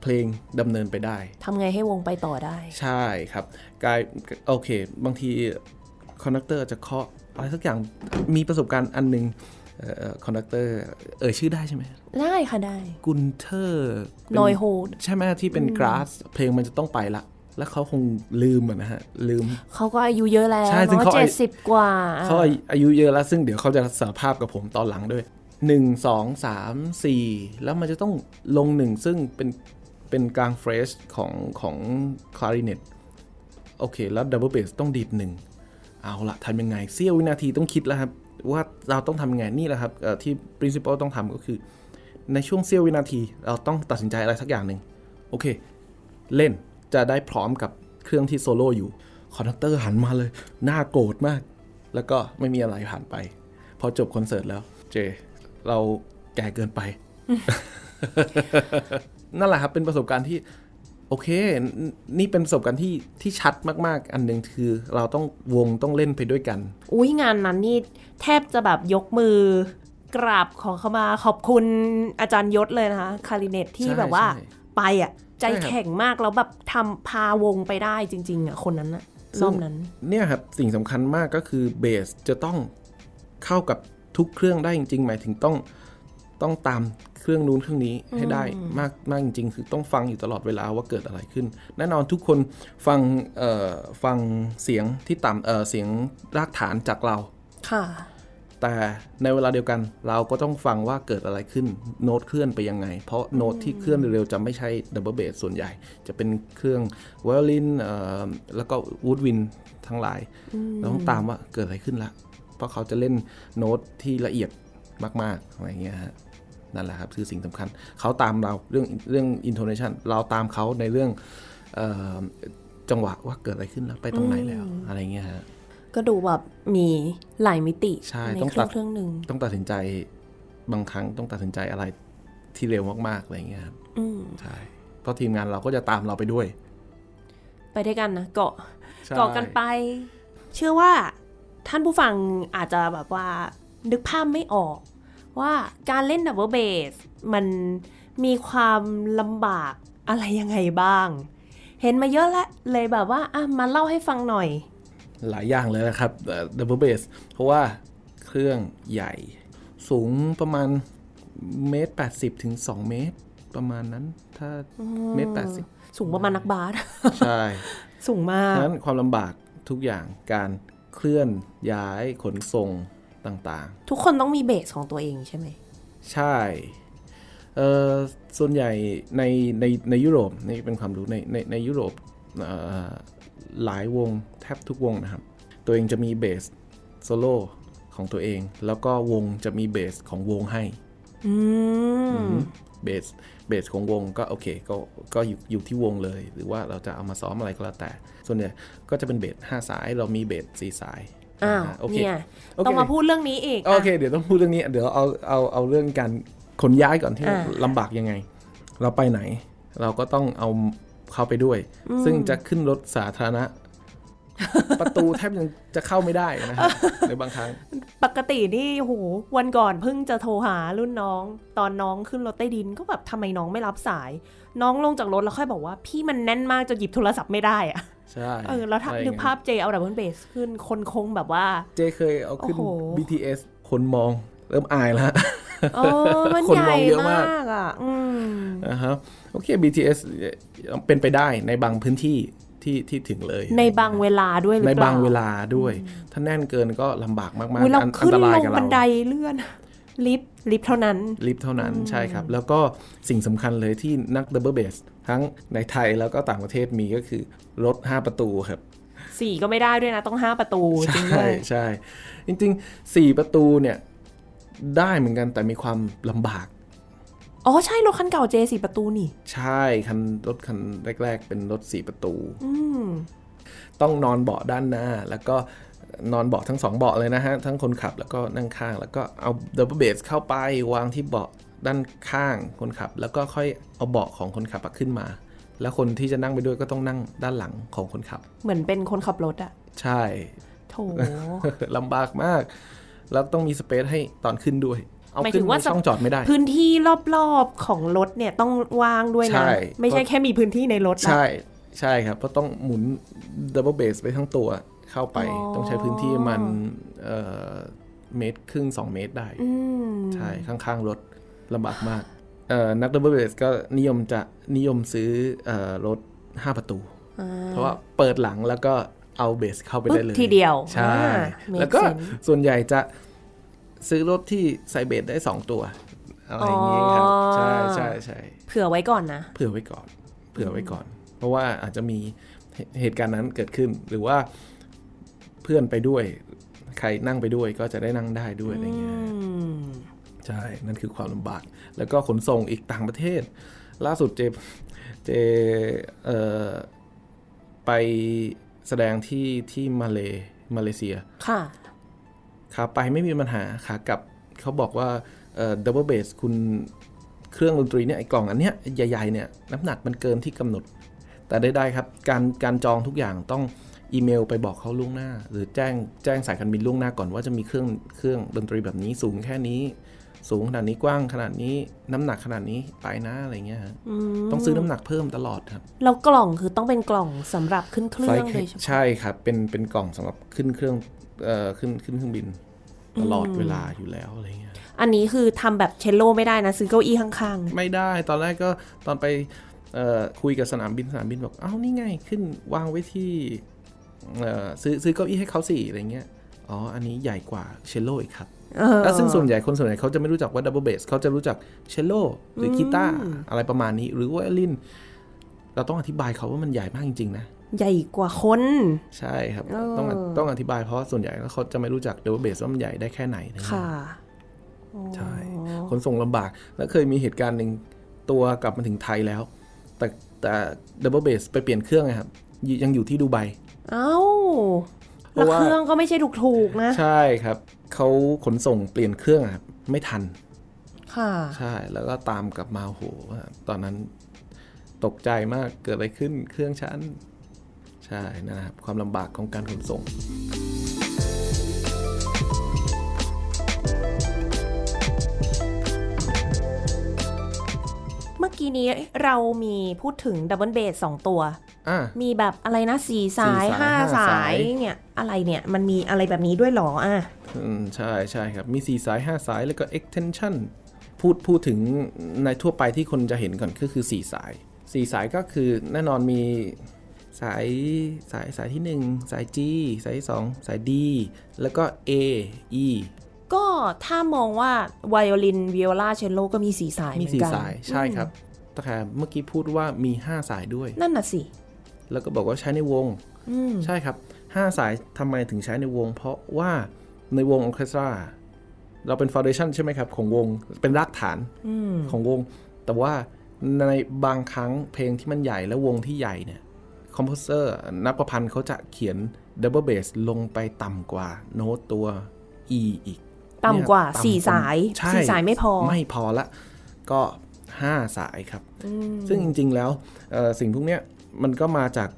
เพลงดำเนินไปได้ ทำไงให้วงไปต่อได้ ใช่ครับกลายโอเค บางทีคอนดักเตอร์จะเคาะอะไรสักอย่างมีประสบการณ์อันหนึ่งคอนดักเตอร์เอ่ยชื่อได้ใช่ไหม ได้ค่ะได้ กุนเทอร์ นอยโฮด ใช่ไหมที่เป็นกราสเพลงมันจะต้องไปละ แล้วเขาคงลืมอะนะฮะ ลืม เขาก็อายุเยอะแล้ว ใช่ซึ่ง เนาะ เขาอา เจ็ ยุ ดสิบกว่า เขาอายุเยอะแล้วซึ่งเดี๋ยวเขาจะสารภาพกับผมตอนหลังด้วยหนึ่งสองสามสี่แล้วมันจะต้องลงหนึ่งซึ่งเป็นเป็นกลางเฟรชของของคลาริเนตโอเค แล้วดับเบิลเบสต้องดีดหนึ่งเอาละทำยังไงเสี้ยววินาทีต้องคิดแล้วครับ ว่าเราต้องทำยังไงนี่แหละครับเอ่อที่ principle ต้องทำก็คือ ในช่วงเสี้ยววินาที เราต้องตัดสินใจอะไรสักอย่างหนึ่งโอเค เล่นจะได้พร้อมกับเครื่องที่โซโล่อยู่คอนดักเตอร์หันมาเลย หน้าโกรธมาก แล้วก็ไม่มีอะไรผ่านไป พอจบคอนเสิร์ตแล้ว เจ เราแก่เกินไป นั่นแหละครับเป็นประสบการณ์ที่ โอเค นี่เป็นประสบการณ์ที่ที่ชัดมากๆ อันหนึ่งคือเราต้องวงต้องเล่นไปด้วยกัน อุ้ยงานนั้นนี่แทบจะแบบยกมือกราบของเขามาขอบคุณอาจารย์ยศเลยนะคะคาริเนตที่ ใช่ แบบว่า ใช่ ไปอ่ะ ใจ ใช่ครับ แข็งมากแล้วแบบทำพาวงไปได้จริง ๆอ่ะคนนั้นอะรอบนั้น เนี่ยครับ สิ่งสำคัญมากก็คือเบสจะต้องเข้ากับทุกเครื่องได้จริงๆ หมายถึงต้องต้องตามเครื่องนู้นเครื่องนี้ให้ได้มากมากจริงๆ คือต้องฟังอยู่ตลอดเวลาว่าเกิดอะไรขึ้น แน่นอนทุกคนฟังเอ่อฟังเสียงที่ต่ำเอ่อเสียงรากฐานจากเรา ค่ะ แต่ในเวลาเดียวกันเราก็ต้องฟังว่าเกิดอะไรขึ้นโน้ตเคลื่อนไปยังไง เพราะโน้ตที่เคลื่อนเร็วๆจะไม่ใช่ดับเบิลเบสส่วนใหญ่ จะเป็นเครื่องไวโอลินเอ่อแล้วก็วูดวินทั้งหลายเราต้องตามว่าเกิดอะไรขึ้นละ เพราะเขาจะเล่นโน้ตที่ละเอียดมากๆอะไรอย่างเงี้ยฮะนั่นแหละครับคือสิ่งสำคัญ เขาตามเราเรื่องเรื่องอินโทเนชันเราตามเขาในเรื่องเอ่อจังหวะว่าเกิดอะไรขึ้นแล้วไปตรงไหนแล้วอะไรอย่างเงี้ยฮะ ก็ดูแบบมีหลายมิติ ใช่ ใน ต้อง เค ตั รื่ดองเครื่องหนึ่ง ต้องตัดสินใจบางครั้งต้องตัดสินใจอะไรที่เร็วมากๆอะไรอย่างเงี้ยครับ อืม ใช่เพราะทีมงานเราก็จะตามเราไปด้วย ไปด้วยกันนะเกาะ ใช่ เกาะกันไป เชื่อว่าท่านผู้ฟังอาจจะแบบว่านึกภาพไม่ออก ว่าการเล่นดับเบิลเบสมันมีความลำบากอะไรยังไงบ้าง เห็นมาเยอะแล้วเลยแบบว่าอ่ะมาเล่าให้ฟังหน่อย หลายอย่างเลยนะครับดับเบิลเบสเพราะว่าเครื่องใหญ่ สูงประมาณเมตรแปดสิบถึงสองเมตร ประมาณนั้นถ้าเมตรแปดสิบ สูงประมาณนักบาส ใช่ สูงมาก ฉะนั้นความลำบากทุกอย่างการเคลื่อนย้ายขนส่งต่างๆ ทุกคนต้องมีเบสของตัวเองใช่ไหม ใช่ เอ่อ ส่วนใหญ่ในในในยุโรปนี่เป็นความรู้ในในในยุโรปเอ่อหลายวงแทบทุกวงนะครับ ตัวเองจะมีเบสโซโล่ของตัวเอง แล้วก็วงจะมีเบสของวงให้ อืม เบสเบสของวงก็โอเคก็ก็อยู่อยู่ที่วงเลย หรือว่าเราจะเอามาซ้อมอะไรก็แล้วแต่ ส่วนใหญ่ก็จะเป็นเบสห้าสายเรามีเบสสี่สาย อ้าว นะฮะโอเค เนี่ย โอเค ต้องมาพูดเรื่องนี้อีก โอ อ่ะ เค เดี๋ยวต้องพูดเรื่องนี้ เดี๋ยวเอาเอาเอาเรื่องการขนย้ายก่อนที่ อ่า ลำบากยังไง เราไปไหน เราก็ต้องเอาเข้าไปด้วย ซึ่งจะขึ้นรถสาธารณะ ประตูแทบยังจะเข้าไม่ได้ นะครับในบางครั้ง ปกตินี่โหวันก่อนเพิ่งจะโทรหารุ่นน้อง ตอนน้องขึ้นรถใต้ดินก็แบบทำไมน้องไม่รับสาย น้องลงจากรถแล้วค่อยบอกว่าพี่มันแน่นมากจนหยิบโทรศัพท์ไม่ได้ อะ ใช่ เออแล้วถ้า ะไรอย่ง นึก เงี้ย ภาพเจเอาดับเบิลเบสขึ้นคนคงแบบ ว่า เจเคยเอาขึ้น โอ้โห BTS คนมองเริ่มอายแล้ว เออมัน คน ให มอ ญ่ งเยอะ มาม าก กอ่ะ อืม นะครับ โอเค BTS เป็นไปได้ในบางพื้นที่ที่ที่ถึงเลย ในบางเวลาด้วยหรือ ใน เปล่า บางเวลาด้วย ถ้าแน่นเกินก็ลำบากมากๆ อุ๊ยเรา อั ขึ้น ต ล ราย ง กับ บันได เรา เลื่อน ลิฟต์ลิฟต์เท่านั้น ลิฟต์เท่านั้นใช่ครับ แล้วก็สิ่งสำคัญเลยที่นักดับเบิลเบสทั้งในไทยแล้วก็ต่างประเทศมีก็คือรถ 5 ประตูครับ สี่ก็ไม่ได้ด้วยนะ ต้องห้าประตูจริง ใช่ ด้วย ใช่ จริงๆ 4 ประตูเนี่ย ได้เหมือนกันแต่มีความลำบาก อ๋อใช่รถคันเก่าเจสี่ประตูนี่ ใช่คันรถคันแรก ๆ เป็นรถ 4 ประตู อืม ต้องนอนเบาะด้านหน้า แล้วก็นอนเบาะทั้งสองเบาะเลยนะฮะ ทั้งคนขับแล้วก็นั่งข้าง แล้วก็เอาดับเบิลเบสเข้าไปวางที่เบาะด้านข้างคนขับ แล้วก็ค่อยเอาเบาะของคนขับอะขึ้นมา แล้วคนที่จะนั่งไปด้วยก็ต้องนั่งด้านหลังของคนขับ เหมือนเป็นคนขับรถอะ ใช่ โถ ลำบากมาก แล้วต้องมีสเปซให้ตอนขึ้นด้วย เอา หมาย ขึ้ ถึ น งว่า ในช่องจอดไม่ได้ พื้นที่รอบๆของรถเนี่ยต้องว่างด้วย ใช่ นะ ไม่ใช่แค่มีพื้นที่ในรถนะ ใช่ใช่ครับเพราะต้องหมุนดับเบิลเบสไปทั้งตัวเข้าไป อ๋อ ต้องใช้พื้นที่ประมันเอ่อเมตรครึ่ง 2 เมตรได้ อืม ใช่ข้างๆรถลำบากมากเอ่อนักดับเบิลเบสก็นิยมจะนิยมซื้อเอ่อรถ 5 ประตู อ่า เพราะว่าเปิดหลังแล้วก็เอาเบสเข้าไป ปึ๊บ ได้เลย ทีเดียว ใช่ อ่า make แล้วก็ sense ส่วนใหญ่จะซื้อรถที่ใส่เบสได้ 2 ตัว อะไรอย่างเงี้ยครับ อ๋อ ใช่ใช่ใช่ เผื่อไว้ก่อนนะ เผื่อไว้ก่อน เผื่อไว้ก่อน เพราะว่าอาจจะมีเหเหตุการณ์นั้นเกิดขึ้น หรือว่าเพื่อนไปด้วย ใครนั่งไปด้วยก็จะได้นั่งได้ด้วยอะไรอย่างเงี้ย อืม ใช่ นั่นคือความลำบาก แล้วก็ขนส่งอีกต่างประเทศ ล่าสุดเจ เจเอ่อไปแสดงที่ที่มาเลมาเลเซีย ค่ะ ขาไปไม่มีปัญหา ขากลับเขาบอกว่าเอ่อดับเบิลเบสคุณเครื่องดนตรีเนี่ยไอกล่องอันเนี้ยใหญ่ๆเนี่ยน้ำหนักมันเกินที่กำหนด แต่ได้ๆครับ การการจองทุกอย่างต้องอีเมลไปบอกเขาล่วงหน้า หรือแจ้งแจ้งสายการบินล่วงหน้าก่อนว่าจะมีเครื่องเครื่องดนตรีแบบนี้สูงแค่นี้ สูงขนาดนี้กว้างขนาดนี้น้ำหนักขนาดนี้ไปนะอะไรเงี้ยฮะ อืม ต้องซื้อน้ำหนักเพิ่มตลอดครับ แล้วกล่องคือต้องเป็นกล่องสำหรับขึ้นเครื่อง Flight เลย Cake ใช่ไหม ใช่ครับ เป็นเป็นกล่องสำหรับขึ้นเครื่องเอ่อขึ้นขึ้นเครื่องบิน ตลอดเวลาอยู่แล้วอะไรเงี้ย อันนี้คือทำแบบเชลโลไม่ได้นะ ซื้อเก้าอี้ข้างๆเนี่ย ไม่ได้ตอนแรกก็ตอนไปเอ่อคุยกับสนามบินสนามบินบอกเอ้านี่ไงขึ้นวางไว้ที่เอ่อซื้อซื้อเก้าอี้ให้เขาสิอะไรเงี้ยอ๋ออันนี้ใหญ่กว่าเชลโลอีกครับ เออ แล้วซึ่งส่วนใหญ่คนส่วนใหญ่เขาจะไม่รู้จักว่าดับเบิลเบสเขาจะรู้จักเชลโลหรืออ ม กีตาร์อะไรประมาณนี้ หรือว่าลินเราต้องอธิบายเขาว่ามันใหญ่มากจริงๆนะ ใหญ่กว่าคน ใช่ครับ เออ ต้องต้องอธิบายเพราะส่วนใหญ่แล้วเขาจะไม่รู้จักดับเบิลเบสว่ามันใหญ่ได้แค่ไหนนรับ ค่ะ ใช่ขนส่งลำบาก แล้วเคยมีเหตุการณ์หนึ่งตัวกลับมาถึงไทยแล้ว แต่แต่ดับเบิลเบสไปเปลี่ยนเครื่องไงครับยยังอยู่ที่ดูไบ เอ้า เพ แล้ว ราะว่า เครื่องก็ไม่ใช่ถูกๆนะ ใช่ครับ เขาขนส่งเปลี่ยนเครื่องอะครับไม่ทัน ค่ะ ใช่ แล้วก็ตามกลับมาโอ้โหว่าตอนนั้นตกใจมากเกิดอะไรขึ้นเครื่องฉัน ใช่นนนะครับ ความลำบากของการขนส่ง เมื่อกี้นี้เรามีพูดถึงดับเบิลเบสสองตัว อ่ะ มีแบบอะไรนะสี่สาย สี่สาย ห้า ห้า สา สาย ยเนี่ย อะไรเนี่ย มันมีอะไรแบบนี้ด้วยเหรออ่ะ อืมใช่ใช่ครับ มี 4 สาย 5 สายแล้วก็ extension พูดพูดถึงในทั่วไปที่คนจะเห็นก่อนก็คือ 4 สาย 4 สายก็คือแน่นอนมีสายสายสายที่ 1 สาย G สายที่ 2 สาย D แล้วก็ A E ก็ถ้ามองว่าไวโอลินวิโอลาเชลโลก็มีสีสาย มี เหอนกัน 4สายใช่ครับแต่แค่เมื่อกี้พูดว่ามี 5 สายด้วย นั่นน่ะสิ แล้วก็บอกว่าใช้ในวง อืม ใช่ครับ 5 สายทำไมถึงใช้ในวง เพราะว่าในวงออเคสตราเราเป็นฟ u n เดชั o นใช่ไหมครับ ของวงเป็นรากฐาน อืม ของวง แต่ว่าในบางครั้งเพลงที่มันใหญ่และวงที่ใหญ่เนี่ยคอมโพเซอร์นักประพันธ์เขาจะเขียนดับเบิลเบสลงไปต่ำกว่าโน้ตตัว E อีก ต่ำกว่า เนี่ย สี่สาย ใช่ สี่สายไม่พอ ไม่พอละก็ 5 สายครับ อืม ซึ่งจริง ๆ แล้วเอ่อสิ่งพวกเนี้ยมันก็มาจาก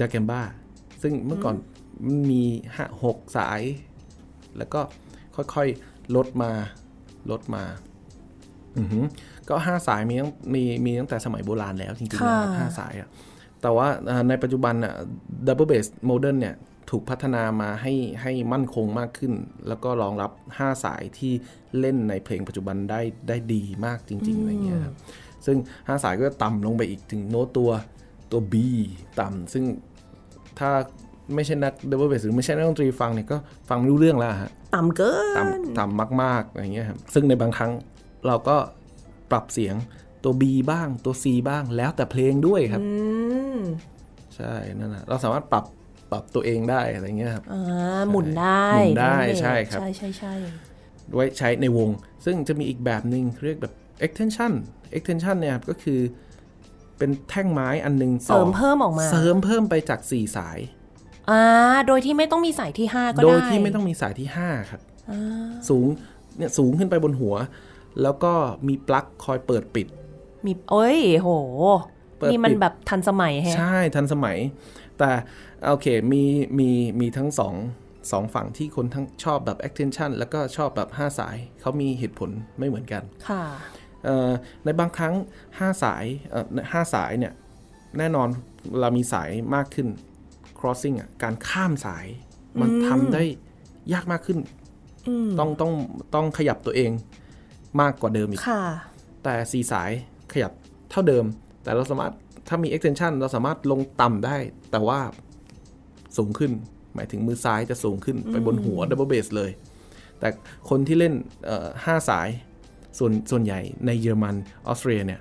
ดักเกมบ้า ซึ่งเมื่อก่อนมันมีห้าหกสาย แล้วก็ค่อยๆ ลดมา ลดมาอือหือก็ห้าสายมีตั้งมีมีตั้งแต่สมัยโบราณแล้วจริงๆนะครับ ค่ะ ห้าสายอะแต่ว่าเอ่อในปัจจุบันอะดับเบิลเบสโมเดิเนี่ย ถูกพัฒนามาให้ให้มั่นคงมากขึ้น แล้วก็รองรับ 5 สายที่เล่นในเพลงปัจจุบันได้ได้ดีมากจริงๆอะไรเงี้ยครับ ซึ่ง 5 สายก็ต่ำลงไปอีกถึงโน้ตตัวตัว B ต่ำซึ่งถ้าไม่ใช่นักดับเบิลเบสหรือไม่ใช่นักดนตรีฟังเนี่ยก็ฟังไม่รู้เรื่องแล้วอะฮะ ต่ำเกิน ต่ำต่ำมากๆอะไรเงี้ยครับซึ่งในบางครั้งเราก็ปรับเสียงตัว B บ้างตัว C บ้างแล้วแต่เพลงด้วยครับ อืม ใช่นั่นแหละเราสามารถปรับปรับตัวเองได้อะไรเงี้ยครับ อ่าหมุนได้ หมุนได้ เอง ใช่ครับ ใช่ใช่ใช่ ไว้ใช้ในวง ซึ่งจะมีอีกแบบหนึ่งเรียกแบบ extension extension เนี่ยครับก็คือเป็นแท่งไม้อันหนึง เสริมเพิ่มออกมา เสริมเพิ่มไปจาก 4 สาย อ่าโดยที่ไม่ต้องมีสายที่ห้าก็ได้ โดยที่ไม่ต้องมีสายที่ 5 ครับ อ่า สูงเนี่ยสูงขึ้นไปบนหัว แล้วก็มีปลั๊กคอยเปิดปิด มีโอ้ยโห เปิด นี่มัน ปิด แบบทันสมัยแฮะ ใช่ทันสมัย แต่โอเคมีมีมีทั้งสองสองฝั่งที่คนทั้งชอบแบบ extension แล้วก็ชอบแบบ 5 สายเขามีเหตุผลไม่เหมือนกัน ค่ะ เอ่อในบางครั้ง 5 สายเอ่อห้าสายเนี่ย แน่นอนเรามีสายมากขึ้น crossing อ่ะการข้ามสาย มันทำได้ยากมากขึ้น ต้องต้องต้องขยับตัวเองมากกว่าเดิมอีก ค่ะ แต่ 4 สายขยับเท่าเดิม แต่เราสามารถถ้ามี extension เราสามารถลงต่ำได้ แต่ว่าสูงขึ้น หมายถึงมือซ้ายจะสูงขึ้นไปบนหัว double bass เลย แต่คนที่เล่นเอ่อห้าสายส่วนส่วนใหญ่ในเยอรมันออสเตรียเนี่ย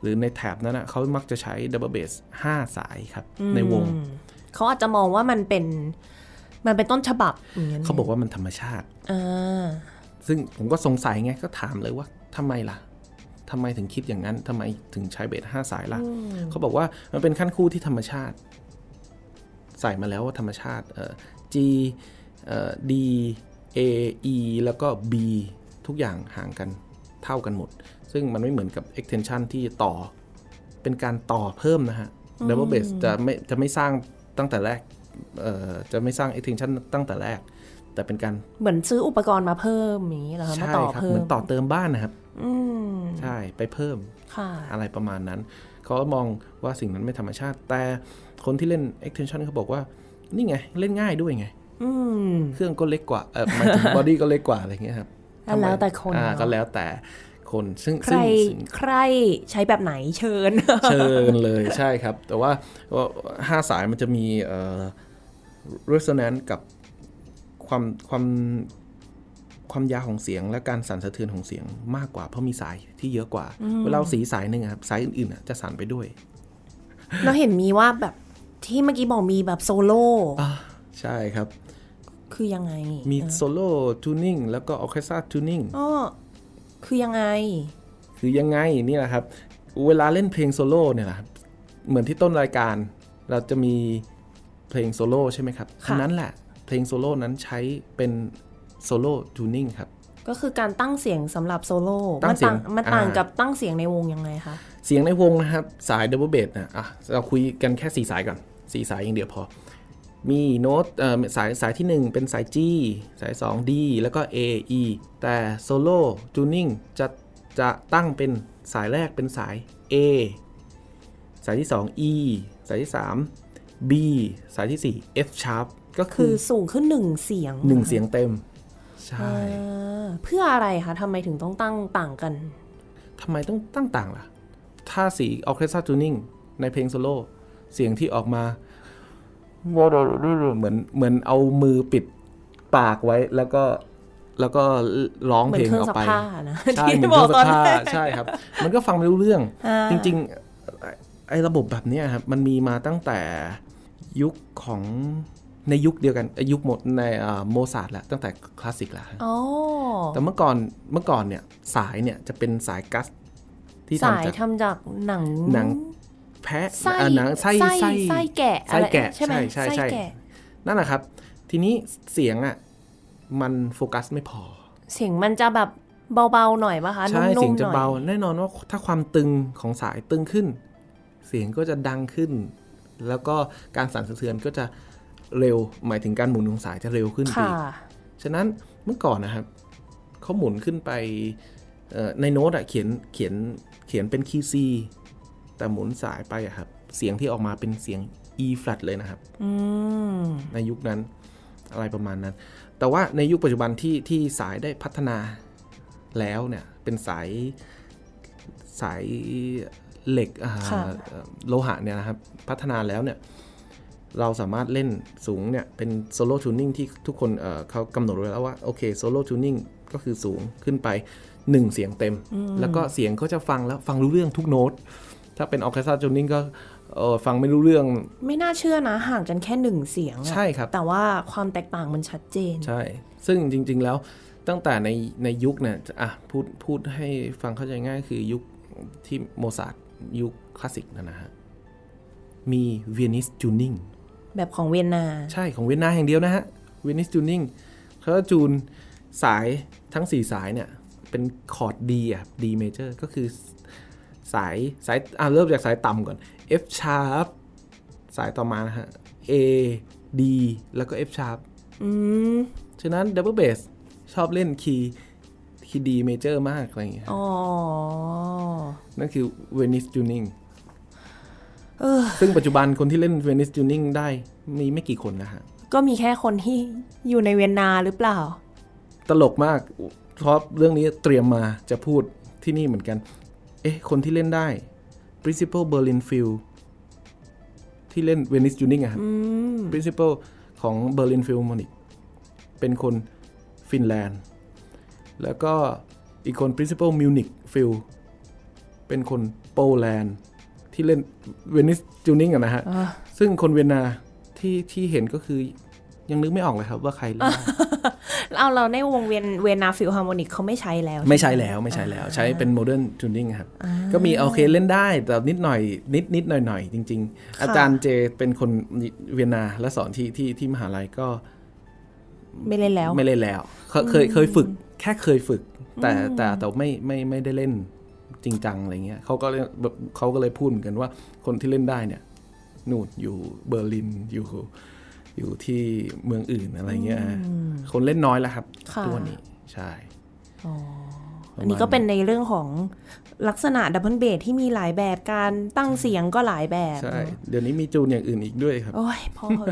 หรือในแถบนั้นนะเขามักจะใช้ double bass ห้าสายครับ ในวง เขาอาจจะมองว่ามันเป็น มันเป็นต้นฉบับอย่างนั้น เขาบอกว่ามันธรรมชาติ อ่า ซึ่งผมก็สงสัยไงก็ถามเลยว่าทำไมล่ะทำไมถึงคิดอย่างนั้นทำไมถึงใช้เบสห้าสายล่ะ เขาบอกว่ามันเป็นขั้นคู่ที่ธรรมชาติ ใส่มาแล้วว่าธรรมชาติเอ่อ G เอ่อ D A E แล้วก็ B ทุกอย่างห่างกันเท่ากันหมด ซึ่งมันไม่เหมือนกับ extension ที่ต่อ เป็นการต่อเพิ่มนะฮะ double bass จะไม่จะไม่สร้างตั้งแต่แรกเอ่อจะไม่สร้าง extension ตั้งแต่แรก แต่เป็นการ เหมือนซื้ออุปกรณ์มาเพิ่มอย่างนี้เหรอคะมา ใช่ ต่อ ครับ เพิ่ เหมื ม อนต่อเติมบ้านนะครับ อืม ใช่ไปเพิ่ม ค่ะ อะไรประมาณนั้น เขามองว่าสิ่งนั้นไม่ธรรมชาติ แต่คนที่เล่น extension เขาบอกว่า นี่ไง เล่นง่ายด้วยไง อืม เครื่องก็เล็กกว่าเออหมายถึง บอดี้ก็เล็กกว่าอะไรอย่างเงี้ยครับ อ่ะแล้วแต่คน อ่า เนอะ ก็แล้วแต่คนซึ่ง ใคร ซึ่งซึ่ง ใครใช้แบบไหนเชิญ เชิญเลย ใช่ครับ แต่ว่าว่าห้าสายมันจะมีเอ่อ resonance กับความความความยาวของเสียงและการสั่นสะเทือนของเสียงมากกว่าเพราะมีสายที่เยอะกว่า เวลาเอาสีสายหนึ่งอะครับสายอื่นๆอะจะสั่นไปด้วย เราเห็นมีว่าแบบที่เมื่อกี้บอกมีแบบโซโล่ อ่าใช่ครับ คือยังไง มีโซโล่ทูนิ่งแล้วก็ออเคสตราทูนิ่ง อ๋อคือยังไง คือยังไงเนี่ยนะครับ เวลาเล่นเพลงโซโล่เนี่ยนะครับเหมือนที่ต้นรายการ เราจะมีเพลงโซโล่ใช่ไหมครับ ค่ะ อันนั้นแหละ เพลงโซโล่นั้นใช้เป็นโซโล่ทูนิ่งครับ ก็คือการตั้งเสียงสำหรับโซโล่ ตั้ มั งเสีย ต่าง งมันต่าง อ่ากั กับตั้งเสียงในวงยังไงคะ เสียงในวงนะครับ สายดับเบิลเบสนะอ่ะเราคุยกันแค่สี่สายก่อนสี่สายอย่างเดียวพอ มีโน้ตเอ่อสายสายทีหนึ่1 เป็นสาย G สาย 2 D แล้วก็ A E แต่โซโล่จูนิ่งจะจะตั้งเป็นสายแรกเป็นสาย A สายที่ 2 E สายที่ 3 B สายที่ 4 F sharp ก็คื คือ อสูงขึ้นหนึ่งเสียง 1 เสียงเต็ม ใช่ อ่าเพื่ออะไรคะทำไมถึงต้องตั้งต่างกัน ทำไมต้องตั้งต่างล่ะ ถ้าสีออเคสตราทูนิ่งในเพลงโซโล่เสียงที่ออกมา เหมือนเหมือนเอามือปิดปากไว้แล้วก็แล้วก็ร้อง เหมื เพ อลงนเครื่อ อง อ ซั ก ก ไป ผ้านะ ใช่ ที่ เหมือนเค บ รื่ออก งซักตอนผ้า แรก ใช่ครับ มันก็ฟังไม่รู้เรื่อง อ่า จริงๆไอ้ไอ้ระบบแบบเนี้ยครับมันมีมาตั้งแต่ยุคของในยุคเดียวกันเอ้ยยุคหมดในโมซาร์ทแล้วตั้งแต่คลาสสิกแล้วครับ อ๋อ แต่เมื่อก่อนเมื่อก่อนเนี่ยสายเนี่ยจะเป็นสายกัสที่ สา ทำ ย จาก ทำจากหนัง หนัง แพะ ไส้ เอ่อหนังไส้ ไส้ ไส้ ไส้แกะ ไส้แกะ อะไรใช่ไหม ใช่ใช่ใช่ ไส้แกะ นั่นแหละครับ ทีนี้เสียงอ่ะมันโฟกัสไม่พอ เสียงมันจะแบบเบาๆหน่อยปะคะ ใช่ นุ่มๆหน่อย เสียงจะเบาแน่นอนว่าถ้าความตึงของสายตึงขึ้น เสียงก็จะดังขึ้น แล้วก็การสั่นสะเทือนก็จะ เร็ว หมายถึงการหมุนของสายจะเร็วขึ้นไป ค่ะ อีก ฉะนั้นเมื่อก่อนนะครับเขาหมุนขึ้นไปเอ่อในโน้ตอะเขียนเขียนเขียนเป็นคีย์ซีแต่หมุนสายไปอะครับ เสียงที่ออกมาเป็นเสียง E flat เลยนะครับ อืม ในยุคนั้นอะไรประมาณนั้น แต่ว่าในยุคปัจจุบันที่ที่สายได้พัฒนาแล้วเนี่ย เป็นสายสายเหล็กอ่า ค่ะ โลหะเนี่ยนะครับ พัฒนาแล้วเนี่ย เราสามารถเล่นสูงเนี่ย เป็นโซโล่ทูนิ่งที่ทุกคนเอ่อเขากำหนดไว้แล้วว่า โอเคโซโล่ทูนิ่งก็คือสูงขึ้นไป 1 เสียงเต็ม แล้วก็เสียงเขาจะฟังแล้วฟังรู้เรื่องทุกโน้ต ถ้าเป็นออเคสตราทูนิ่งก็เอ่อฟังไม่รู้เรื่อง ไม่น่าเชื่อนะ ห่างกันแค่หนึ่งเสียงอะ ใช่ครับ แต่ว่าความแตกต่างมันชัดเจน ใช่ ซึ่งจริง ๆ แล้วตั้งแต่ในในยุคเนี่ยอ่ะพูดพูดให้ฟังเข้าใจง่ายคือยุคที่โมซาร์ทยุคคลาสสิกนะนะฮะ มีเวนิสจูนิง แบบของเวียนนา ใช่ของเวียนนาแห่งเดียวนะฮะเวนิสจูนิงเขาจะจูนสายทั้ง 4 สายเนี่ย เป็นคอร์ดดีอ่ะดีเมเจอร์ก็คือสายสายอ่ะเริ่มจากสายต่ำก่อน F sharp สายต่อมานะฮะ A D แล้วก็ F sharp อืม ฉะนั้นดับเบิลเบสชอบเล่นคีย์คีย์ดีเมเจอร์มากอะไรอย่างเงี้ย อ๋อ นั่นคือเวนิสจูนิง เออ ซึ่งปัจจุบันคนที่เล่นเวนิสจูนิงได้มีไม่กี่คนนะฮะ ก็มีแค่คนที่อยู่ในเวียนนาหรือเปล่า ตลกมากเพราะเรื่องนี้เตรียมมาจะพูดที่นี่เหมือนกัน เอ๊ะ คนที่เล่นได้ principal Berlin Field ที่เล่นเวนิสจูนิงอะครับ อืม principal ของ Berlin Philharmonic เป็นคนฟินแลนด์ แล้วก็อีกคน principal Munich Phil เป็นคนโปแลนด์ที่เล่นเวนิสจูนิงอะนะฮะ อ่ะ ซึ่งคนเวียนนาที่ที่เห็นก็คือยังนึกไม่ออกเลยครับว่าใครเล่นได้ เอาเราในวงเวียนเวียนนาฟิลฮาร์โมนิกเขาไม่ใช้แล้ว ไม่ใช้แล้วไม่ใช้แล้ว ใช้เป็นโมเดิร์นจูนิงครับ ก็มีโอเคเล่นได้ แต่นิดหน่อยนิดนิดหน่อยหน่อยจริง ๆ อาจารย์เจเป็นคนเวียนนาและสอนที่ที่ที่มหาลัยก็ ไม่เล่นแล้ว ไม่เล่นแล้วเคเคยเคยฝึกแค่เคยฝึก แต่แต่แต่ไม่ไม่ไม่ได้เล่นจริงจังอะไรเงี้ยเขาก็เลยแบบเขาก็เลยพูดเหมือนกันว่าคนที่เล่นได้เนี่ยนู่นอยู่เบอร์ลินอยู่อยู่ที่เมืองอื่นอะไรเงี้ยคนเล่นน้อยแล้วครับ ค่ะ ตัวนนี้ใช่ อันนี้ก็เป็นในเรื่องของลักษณะดับเบิลเบสที่มีหลายแบบการตั้งเสียงก็หลายแบบ ใช่ เดี๋ยวนี้มีจูนอย่างอื่นอีกด้วยครับ โอ้ยพอเหอะ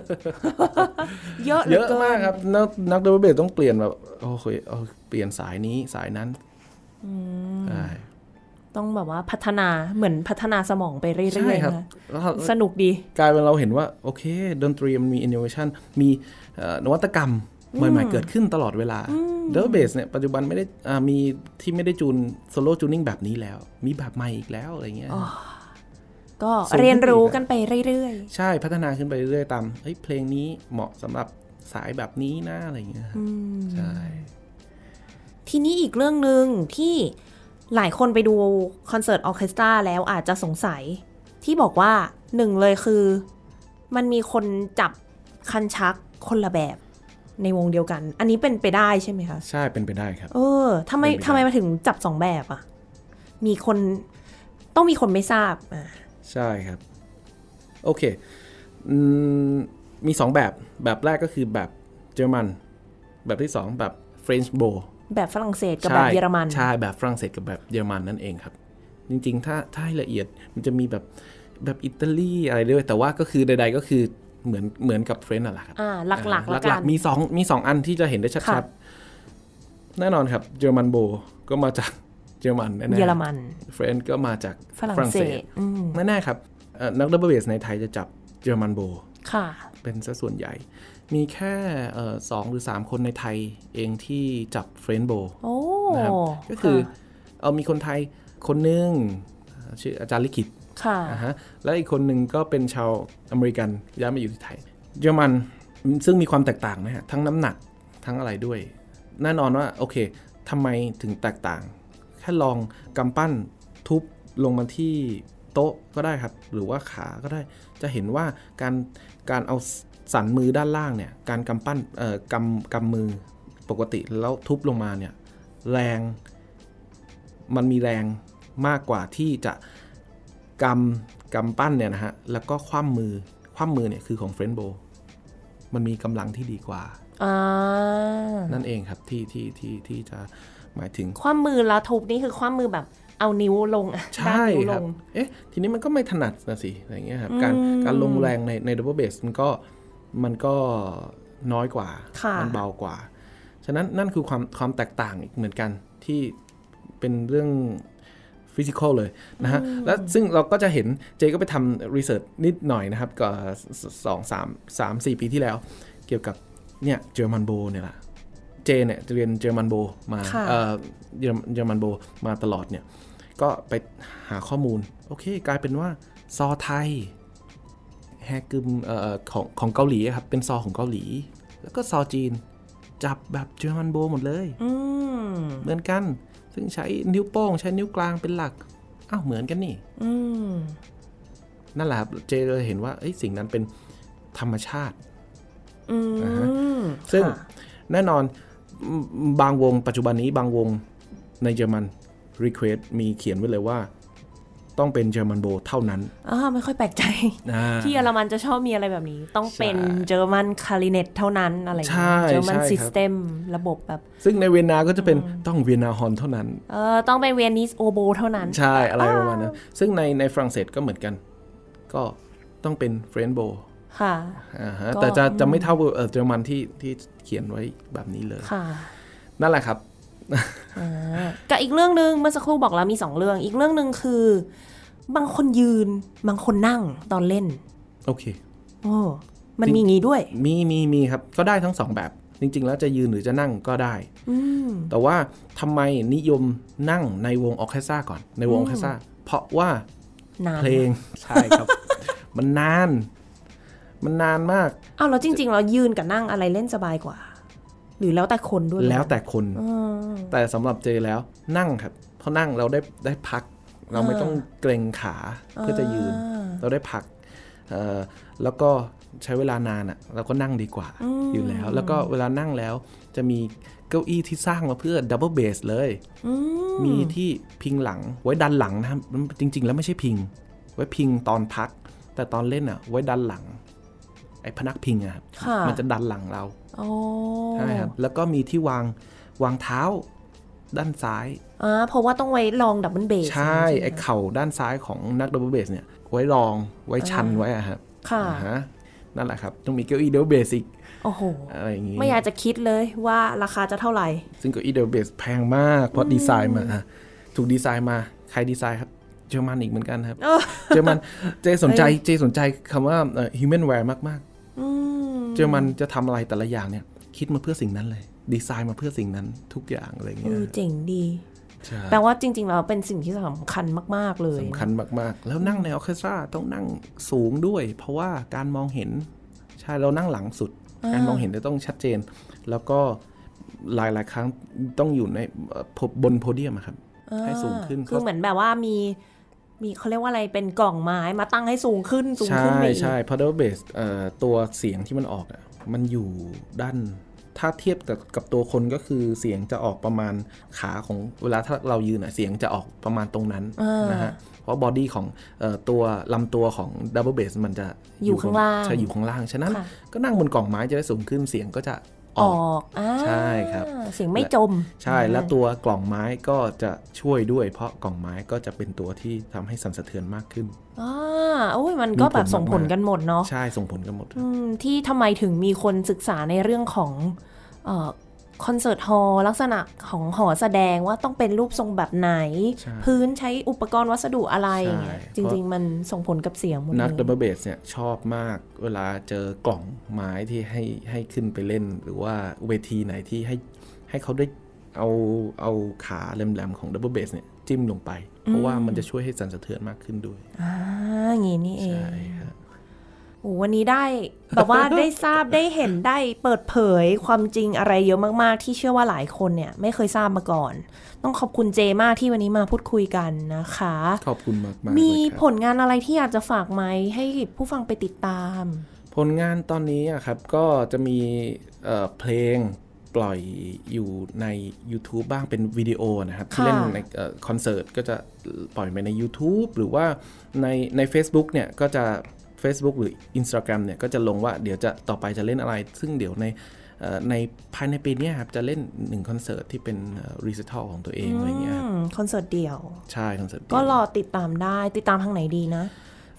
เยอะเหลื เย อ อะ เกิ มาก น ครับ นักนักดับเบิลเบสต้องเปลี่ยนแบบโอ้โหเอาเปลี่ยนสายนี้สายนั้นใช่ ต้องแบบว่าพัฒนาเหมือนพัฒนาสมองไปเรื่ ใช่ อย ค ๆ รับ นะ แล้ว สนุกดี กลายเป็นเราเห็นว่า โอเคดนตรีมันมี innovation มีเอ่อนวัตกรรมใหม่ๆ เกิดขึ้นตลอดเวลาเดอร์เบสเนี่ยปัจจุบันไม่ได้อ่ามีที่ไม่ได้จูนโซโล่จูนิ่งแบบนี้แล้ว มีแบบใหม่อีกแล้ว อะไรเงี้ย ก็ สูงขึ้น เรียนรู้กันไปเรื่อย ใช่พัฒนาขึ้นไปเรื่อยๆ ตามเฮ้ยเพลงนี้เหมาะสำหรับสายแบบนี้นะ อะไรเงี้ยใช่ ๆ ทีนี้อีกเรื่องหนึ่งที่หลายคนไปดูคอนเสิร์ตออร์เคสตราแล้วอาจจะสงสัย ที่บอกว่าหนึ่งเลยคือ มันมีคนจับคันชักคนละแบบในวงเดียวกัน อันนี้เป็นไปได้ใช่ไหมคะ ใช่เป็นไปได้ครับ เออทำไม เป็นไปได้ ทำไมมาถึงจับสองแบบอ่ะ มีคนต้องมีคนไม่ทราบอ่ะ ใช่ครับ โอเคอืมมีสองแบบแบบแรกก็คือแบบเยอรมันแบบที่สองแบบ French Bow แบบฝรั่งเศสกับแบบ ใช่ เยอรมัน ใช่แบบฝรั่งเศสกับแบบเยอรมันนั่นเองครับ จริงๆ ถ้าถ้าให้ละเอียดมันจะมีแบบแบบอิตาลีอะไรด้วย แต่ว่าก็คือใด ๆ ก็คือเหมือนเหมือนกับเฟรนช์น่ะแหละครับ อ่าหลักๆ อ่า ละ ห กั ลัก น ๆมีสองมีสองอันที่จะเห็นได้ชั ค่ะ ดๆ แน่นอนครับเยอรมันโบก็มาจากเยอรมันแน่ เยอรมัน เฟรนช์ก็มาจาก ฝรั่งเศสอืม แน่ๆครับเอ่อนักดับเบิลเบสในไทยจะจับเยอรมันโบ ค่ะ เป็นซะส่วนใหญ่ มีแค่เอ่อสองหรือสามคนในไทยเองที่จับเฟรนช์โบ โอ้ นะครับก็คือ ค่ะ เอามีคนไทยคนหนึ่งเอ่อชื่ออาจารย์ลิขิต ค่ะ นะฮะและอีกคนหนึ่งก็เป็นชาวอเมริกันย้ายมาอยู่ที่ไทย เยอรมันซึ่งมีความแตกต่างนะฮะทั้งน้ำหนักทั้งอะไรด้วย แน่นอนว่าโอเคทำไมถึงแตกต่าง แค่ลองกำปั้นทุบลงมาที่โต๊ะก็ได้ครับ หรือว่าขาก็ได้จะเห็นว่าการการเอาสันมือด้านล่างเนี่ยการกำปั้นเอ่อกำกำมือปกติแล้วทุบลงมาเนี่ยแรง มันมีแรงมากกว่าที่จะกำกำปั้นเนี่ยนะฮะ แล้วก็คว่ำมือ คว่ำมือเนี่ยคือของเฟรนโบ มันมีกำลังที่ดีกว่า อ่า นั่นเองครับที่ที่ที่ที่จะหมายถึง ความมือแล้วทุบนี่คือความมือแบบเอานิ้วลงอะด้าน ใช่ นิ้ว ค ล รับ ง เอ๊ะ ทีนี้มันก็ไม่ถนัดนะสิ อะไรเงี้ยครับ การการลงแรงในในดับเบิลเบสมันก็มันก็น้อยกว่า ค่ะ มัเบากว่า ฉะนั้นนั่นคือความความแตกต่างอีกเหมือนกันที่เป็นเรื่องฟิสิกอลเลยนะฮะ แล้วซึ่งเราก็จะเห็นเจก็ไปทำรีเสิร์ชนิดหน่อยนะครับก็สองสามสามสี่ปีที่แล้ว เกี่ยวกับเนี่ยเจอร์มันโบเนี่ยแหละ เจเนี่ยเรียนเจอร์มันโบมา ค่ะ เอ่อเยอรมเยอรมันโบมาตลอดเนี่ย ก็ไปหาข้อมูล โอเค กลายเป็นว่า ซอไทย แฮกึมเอ่อของของเกาหลีอะครับ เป็นซอของเกาหลี แล้วก็ซอจีน จับแบบเจอร์มันโบหมดเลย อืม เหมือนกัน ซึ่งใช้นิ้วโป้ง ใช้นิ้วกลางเป็นหลัก อ้าวเหมือนกันนี่ อืม นั่นแหละครับเจเลยเห็นว่าเอ้ยสิ่งนั้นเป็นธรรมชาติ อืม ซึ่ง ค่ะ แน่นอนอืมบางวงปัจจุบันนี้บางวงในเยอรมัน Request มีเขียนไว้เลยว่า ต้องเป็นเยอรมันโบเท่านั้น อ่าไม่ค่อยแปลกใจ อ่า ที่เยอรมันจะชอบมีอะไรแบบนี้ ต้องเป็น ใช่ เจอร์มันคาริเนตเท่านั้นอะไรอย่างเงี้ย ใช่ เจอร์มัน ใช่ครับ ซิสเต็มระบบแบบ ซึ่งในเวียนนาก็จะเป็นต้องเวียนนาฮอนเท่านั้น เออต้องเป็นเวียนนิสโอโบเท่านั้น ใช่อะไรประมาณนั้นซึ่งในในฝรั่งเศสก็เหมือนกัน ก็ต้องเป็นเฟรนโบ ค่ะ อ่าฮะ ก็ แต่จะจะไม่เท่าเอ่อเยอรมันที่ที่เขียนไว้แบบนี้เลย ค่ะ นั่นแหละครับ อ่ากับอีกเรื่องหนึ่งเมื่อสักครู่บอกแล้วมีสองเรื่อง อีกเรื่องหนึ่งคือ บางคนยืน บางคนนั่งตอนเล่น โอเค โอ้มันมีอย่างงี้ด้วย มีมีมีครับ ก็ได้ทั้งสองแบบ จริง ๆ แล้วจะยืนหรือจะนั่งก็ได้ อืม แต่ว่าทำไมนิยมนั่งในวงออร์เคสตราก่อนในวงออร์เคสตราเพราะว่า นาน เพลง ใช่ครับ มันนาน มันนานมาก อ้าวแล้วจริง ๆ เรายืนกับนั่งอะไรเล่นสบายกว่า หรือแล้วแต่คนด้วย แล้วแต่คน อืม แต่สำหรับเจแล้วนั่งครับเพราะนั่งเราได้ได้พัก เราไม่ต้องเกรงขาเพื่อจะยืน อ่า เราได้พักเอ่อแล้วก็ใช้เวลานานอะ่ะเราก็นั่งดีกว่าอยู่แล้ว แล้วก็เวลานั่งแล้วจะมีเก้าอี้ที่สร้างมาเพื่อดับเบิลเบสเลย อืม มีที่พิงหลังไว้ดันหลังนะครับมันจริง ๆ แล้วไม่ใช่พิง ไว้พิงตอนพัก แต่ตอนเล่นอ่ะ ไว้ดันหลัง ไอ้พนักพิงอ่ะครับ ค่ะ มันจะดันหลังเรา โอ้ ใช่ครับแล้วก็มีที่วางวางเท้าด้านซ้าย อ่าเพราะว่าต้องไว้ลองดับเบิลเบส ใช่ ไอ้เข่าด้านซ้ายของนักดับเบิลเบสเนี่ย ไว้รองไว้ชันไว้อะครับ ค่ะ อ่าฮะนั่นแหละครับต้องมีเก้าอี้ดับเบิลเบสอีก โอ้โห อะไรอย่างงี้ ไม่อยากจะคิดเลยว่าราคาจะเท่าไหร่ ซึ่งเก้าอี้ดับเบิลเบสแพงมาก เพราะดีไซน์มาอะถูกดีไซน์มาใครดีไซน์ครับเยอรมันอีกเหมือนกัน ครับ เออ เยอรมันเจสนใจเจสนใจคำว่าเอ่อ human wear มาก อืม ๆ เยอรมันจะทำอะไรแต่ละอย่างเนี่ย คิดมาเพื่อสิ่งนั้นเลย ดีไซน์มาเพื่อสิ่งนั้นทุกอย่างอะไร เอ เงี้ย อเจ๋งดี ใช่ แปลว่าจริง ๆ แล้วเป็นสิ่งที่สำคัญมาก ๆ เลย สำคัญมาก ๆ แล้วนั่งในออร์เคสตราต้องนั่งสูงด้วย เพราะว่าการมองเห็น ใช่เรานั่งหลังสุด การมองเห็นจะต้องชัดเจน แล้วก็หลาย ๆ ครั้งต้องอยู่ในเอ่อบนโพเดียมอะครับ ให้สูงขึ้น คือเหมือนแบบว่ามี มีเขาเรียกว่าอะไรเป็นกล่องไม้มาตั้งให้สูงขึ้นสูง ใช่ ขึ้นไปอีก ใช่เพราะดับเบิลเบสตัวเสียงที่มันออกอะมันอยู่ด้านถ้าเทียบกับกับตัวคนก็คือเสียงจะออกประมาณขาของเวลาถ้าเรายืนอะเสียงจะออกประมาณตรงนั้นนะฮะเพราะบอดี้ของเอ่อตัวลำตัวของดับเบิลเบสมันจะ อยู่ข้างล่าง ใช่อยู่ข้างล่าง ฉะนั้น ค่ะ ก็นั่งบนกล่องไม้จะได้สูงขึ้นเสียงก็จะอ อ อก อกอ่า ใช่ครับ เสียงไม่จม ใช่แล้วตัวกล่องไม้ก็จะช่วยด้วย เพราะกล่องไม้ก็จะเป็นตัวที่ทำให้สั่นสะเทือนมากขึ้น อ่าโอ้ยมันก็แบบ มีผลมากๆ ส่งผลกันหมดเนาะ ใช่ส่งผลกันหมด อืมที่ทำไมถึงมีคนศึกษาในเรื่องของเอ่อคอนเสิร์ตฮอลล์ลักษณะของหอแสดงว่าต้องเป็นรูปทรงแบบไหน ใช่ พื้นใช้อุปกรณ์วัสดุอะไรอย่างเงี้ย ใช่ จ เพราะ ริง ๆ มันส่งผลกับเสียงหมด นัก เล ดับ ย เบิลเบสเนี่ยชอบมากเวลาเจอกล่องไม้ที่ให้ให้ขึ้นไปเล่น หรือว่าเวทีไหนที่ให้ให้เขาได้เอาเอาขาแหลมๆของดับเบิลเบสเนี่ยจิ้มลงไป เพราะว่ามันจะช่วยให้สั่นสะเทือนมากขึ้นด้วย อ่าอย่างงี้นี่เอง ใช่ครับ โอ้วันนี้ได้แบบว่า ได้ทราบได้เห็นได้เปิดเผยความจริงอะไรเยอะมากๆ ที่เชื่อว่าหลายคนเนี่ย ไม่เคยทราบมาก่อน ต้องขอบคุณเจมากที่วันนี้มาพูดคุยกันนะคะ ขอบคุณมากมากๆ มี เลยค ผ รับ ลงานอะไรที่อยากจะฝากไหมให้ผู้ฟังไปติดตาม ผลงานตอนนี้อะครับก็จะมีเอ่อเพลงปล่อยอยู่ใน YouTube บ้างเป็นวิดีโอนะครับ ที่ ค่ะ เล่นในเอ่อคอนเสิร์ตก็จะปล่อยไปใน YouTube หรือว่าในใน a c e b o o k เนี่ยก็จะ Facebook หรือ Instagram เนี่ยก็จะลงว่าเดี๋ยวจะต่อไปจะเล่นอะไร ซึ่งเดี๋ยวในเอ่อในภายในปีเนี้ยครับจะเล่นหนึ่งคอนเสิร์ตที่เป็นรีสิทัลของตัวเองอะไรเงี้ยครับ คอนเสิร์ตเดี่ยว ใช่คอนเสิร์ต ก็ร อ อติดตามได้ติดตามทางไหนดีนะ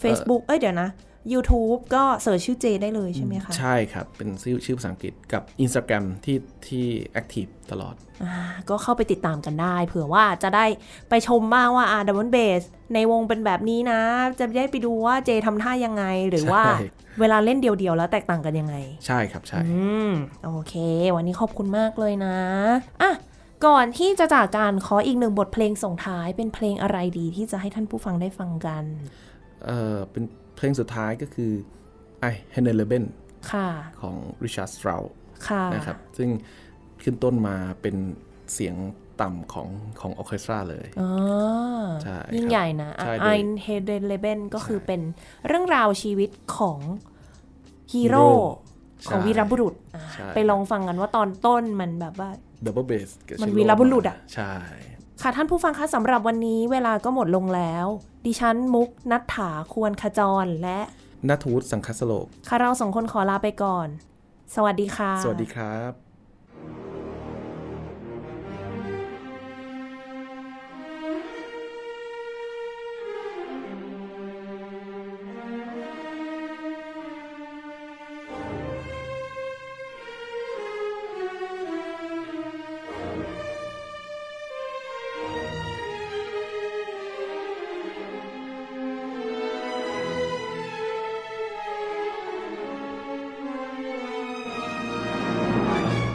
Facebook เอ้ยเดี๋ยวนะ YouTube ก็เสิร์ชชื่อเจได้เลยใช่ไหมคะ ใช่ครับ เป็นชื่อชื่อภาษาอังกฤษกับ Instagram ที่ที่แอคทีฟตลอด อ่าก็เข้าไปติดตามกันได้ เผื่อว่าจะได้ไปชมบ้างว่าอาดับเบิลเบสในวงเป็นแบบนี้นะ จะได้ไปดูว่าเจทำท่ายังไงหรือว่า ใช่ เวลาเล่นเดียวๆแล้วแตกต่างกันยังไง ใช่ครับใช่ อืม โอเค วันนี้ขอบคุณมากเลยนะ อ่ะ ก่อนที่จะจากกันขออีกหนึ่งบทเพลงส่งท้ายเป็นเพลงอะไรดีที่จะให้ท่านผู้ฟังได้ฟังกัน เอ่อเป็นเพลงสุดท้ายก็คือ I h e n e l e b e n ค่ะ ของ Richard Strauss ค่ะ นะครับ ซึ่งขึ้นต้นมาเป็นเสียงต่ำของของออร์เคสตราเลย อ๋อ ใช่ ยิ่ ค ง รับ ใหญ่นะ ใช่ ไอ โดย เฮเดนเลเบนก็คือเป็นเรื่องราวชีวิตของฮีโร่ Hero ของ ใช่ วีรบุรุษอ่ะ ใช่ ไปลองฟังกันว่าตอนต้นมันแบบว่า Double Bass กับ มัน เชลโล วีรบุรุษอะ ใช่ ค่ะท่านผู้ฟังคะสำหรับวันนี้เวลาก็หมดลงแล้ว ดิฉันมุกนัฐถาควรขจรและ นัทวุฒิสังคัสโลก คาเราสองคนขอลาไปก่อน สวัสดีค่ะ สวัสดีครับ 「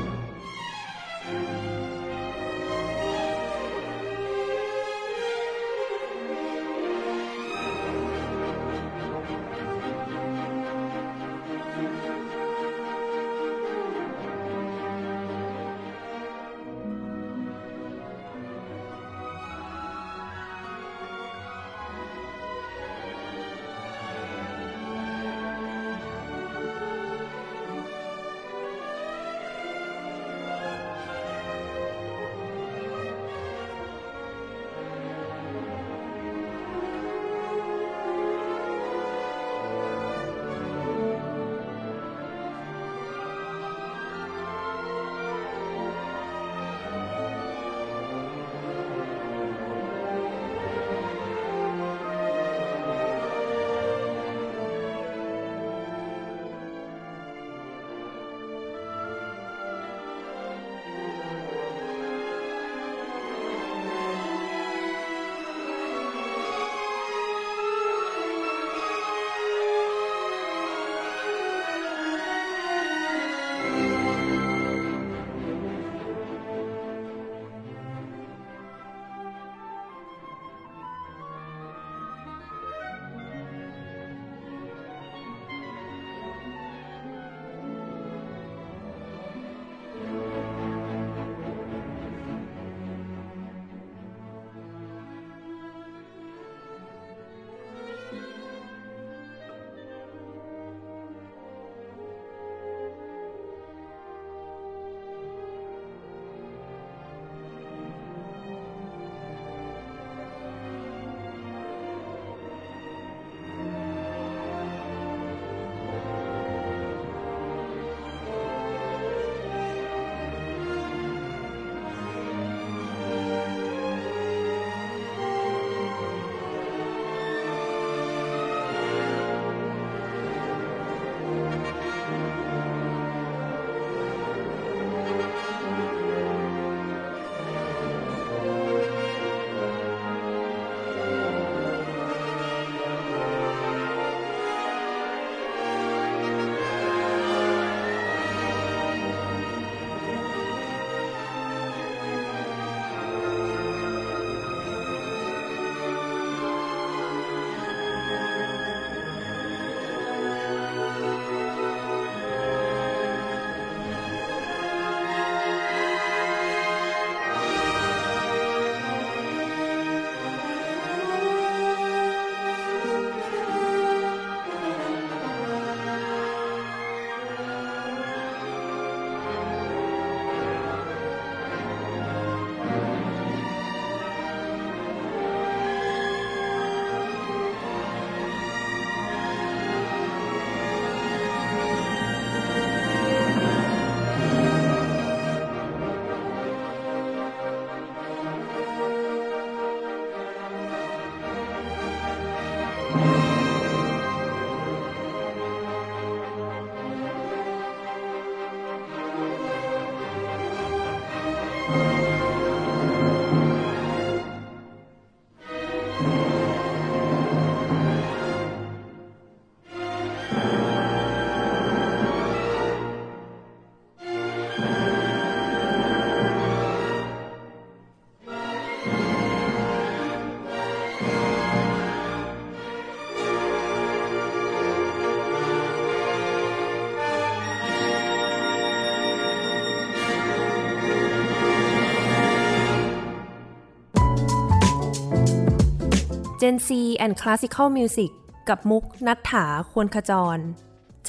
Gen C and Classical Music กับมุกนัฐถาควรขจร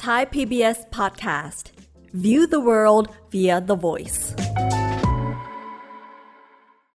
Thai PBS podcast. View the world via the voice.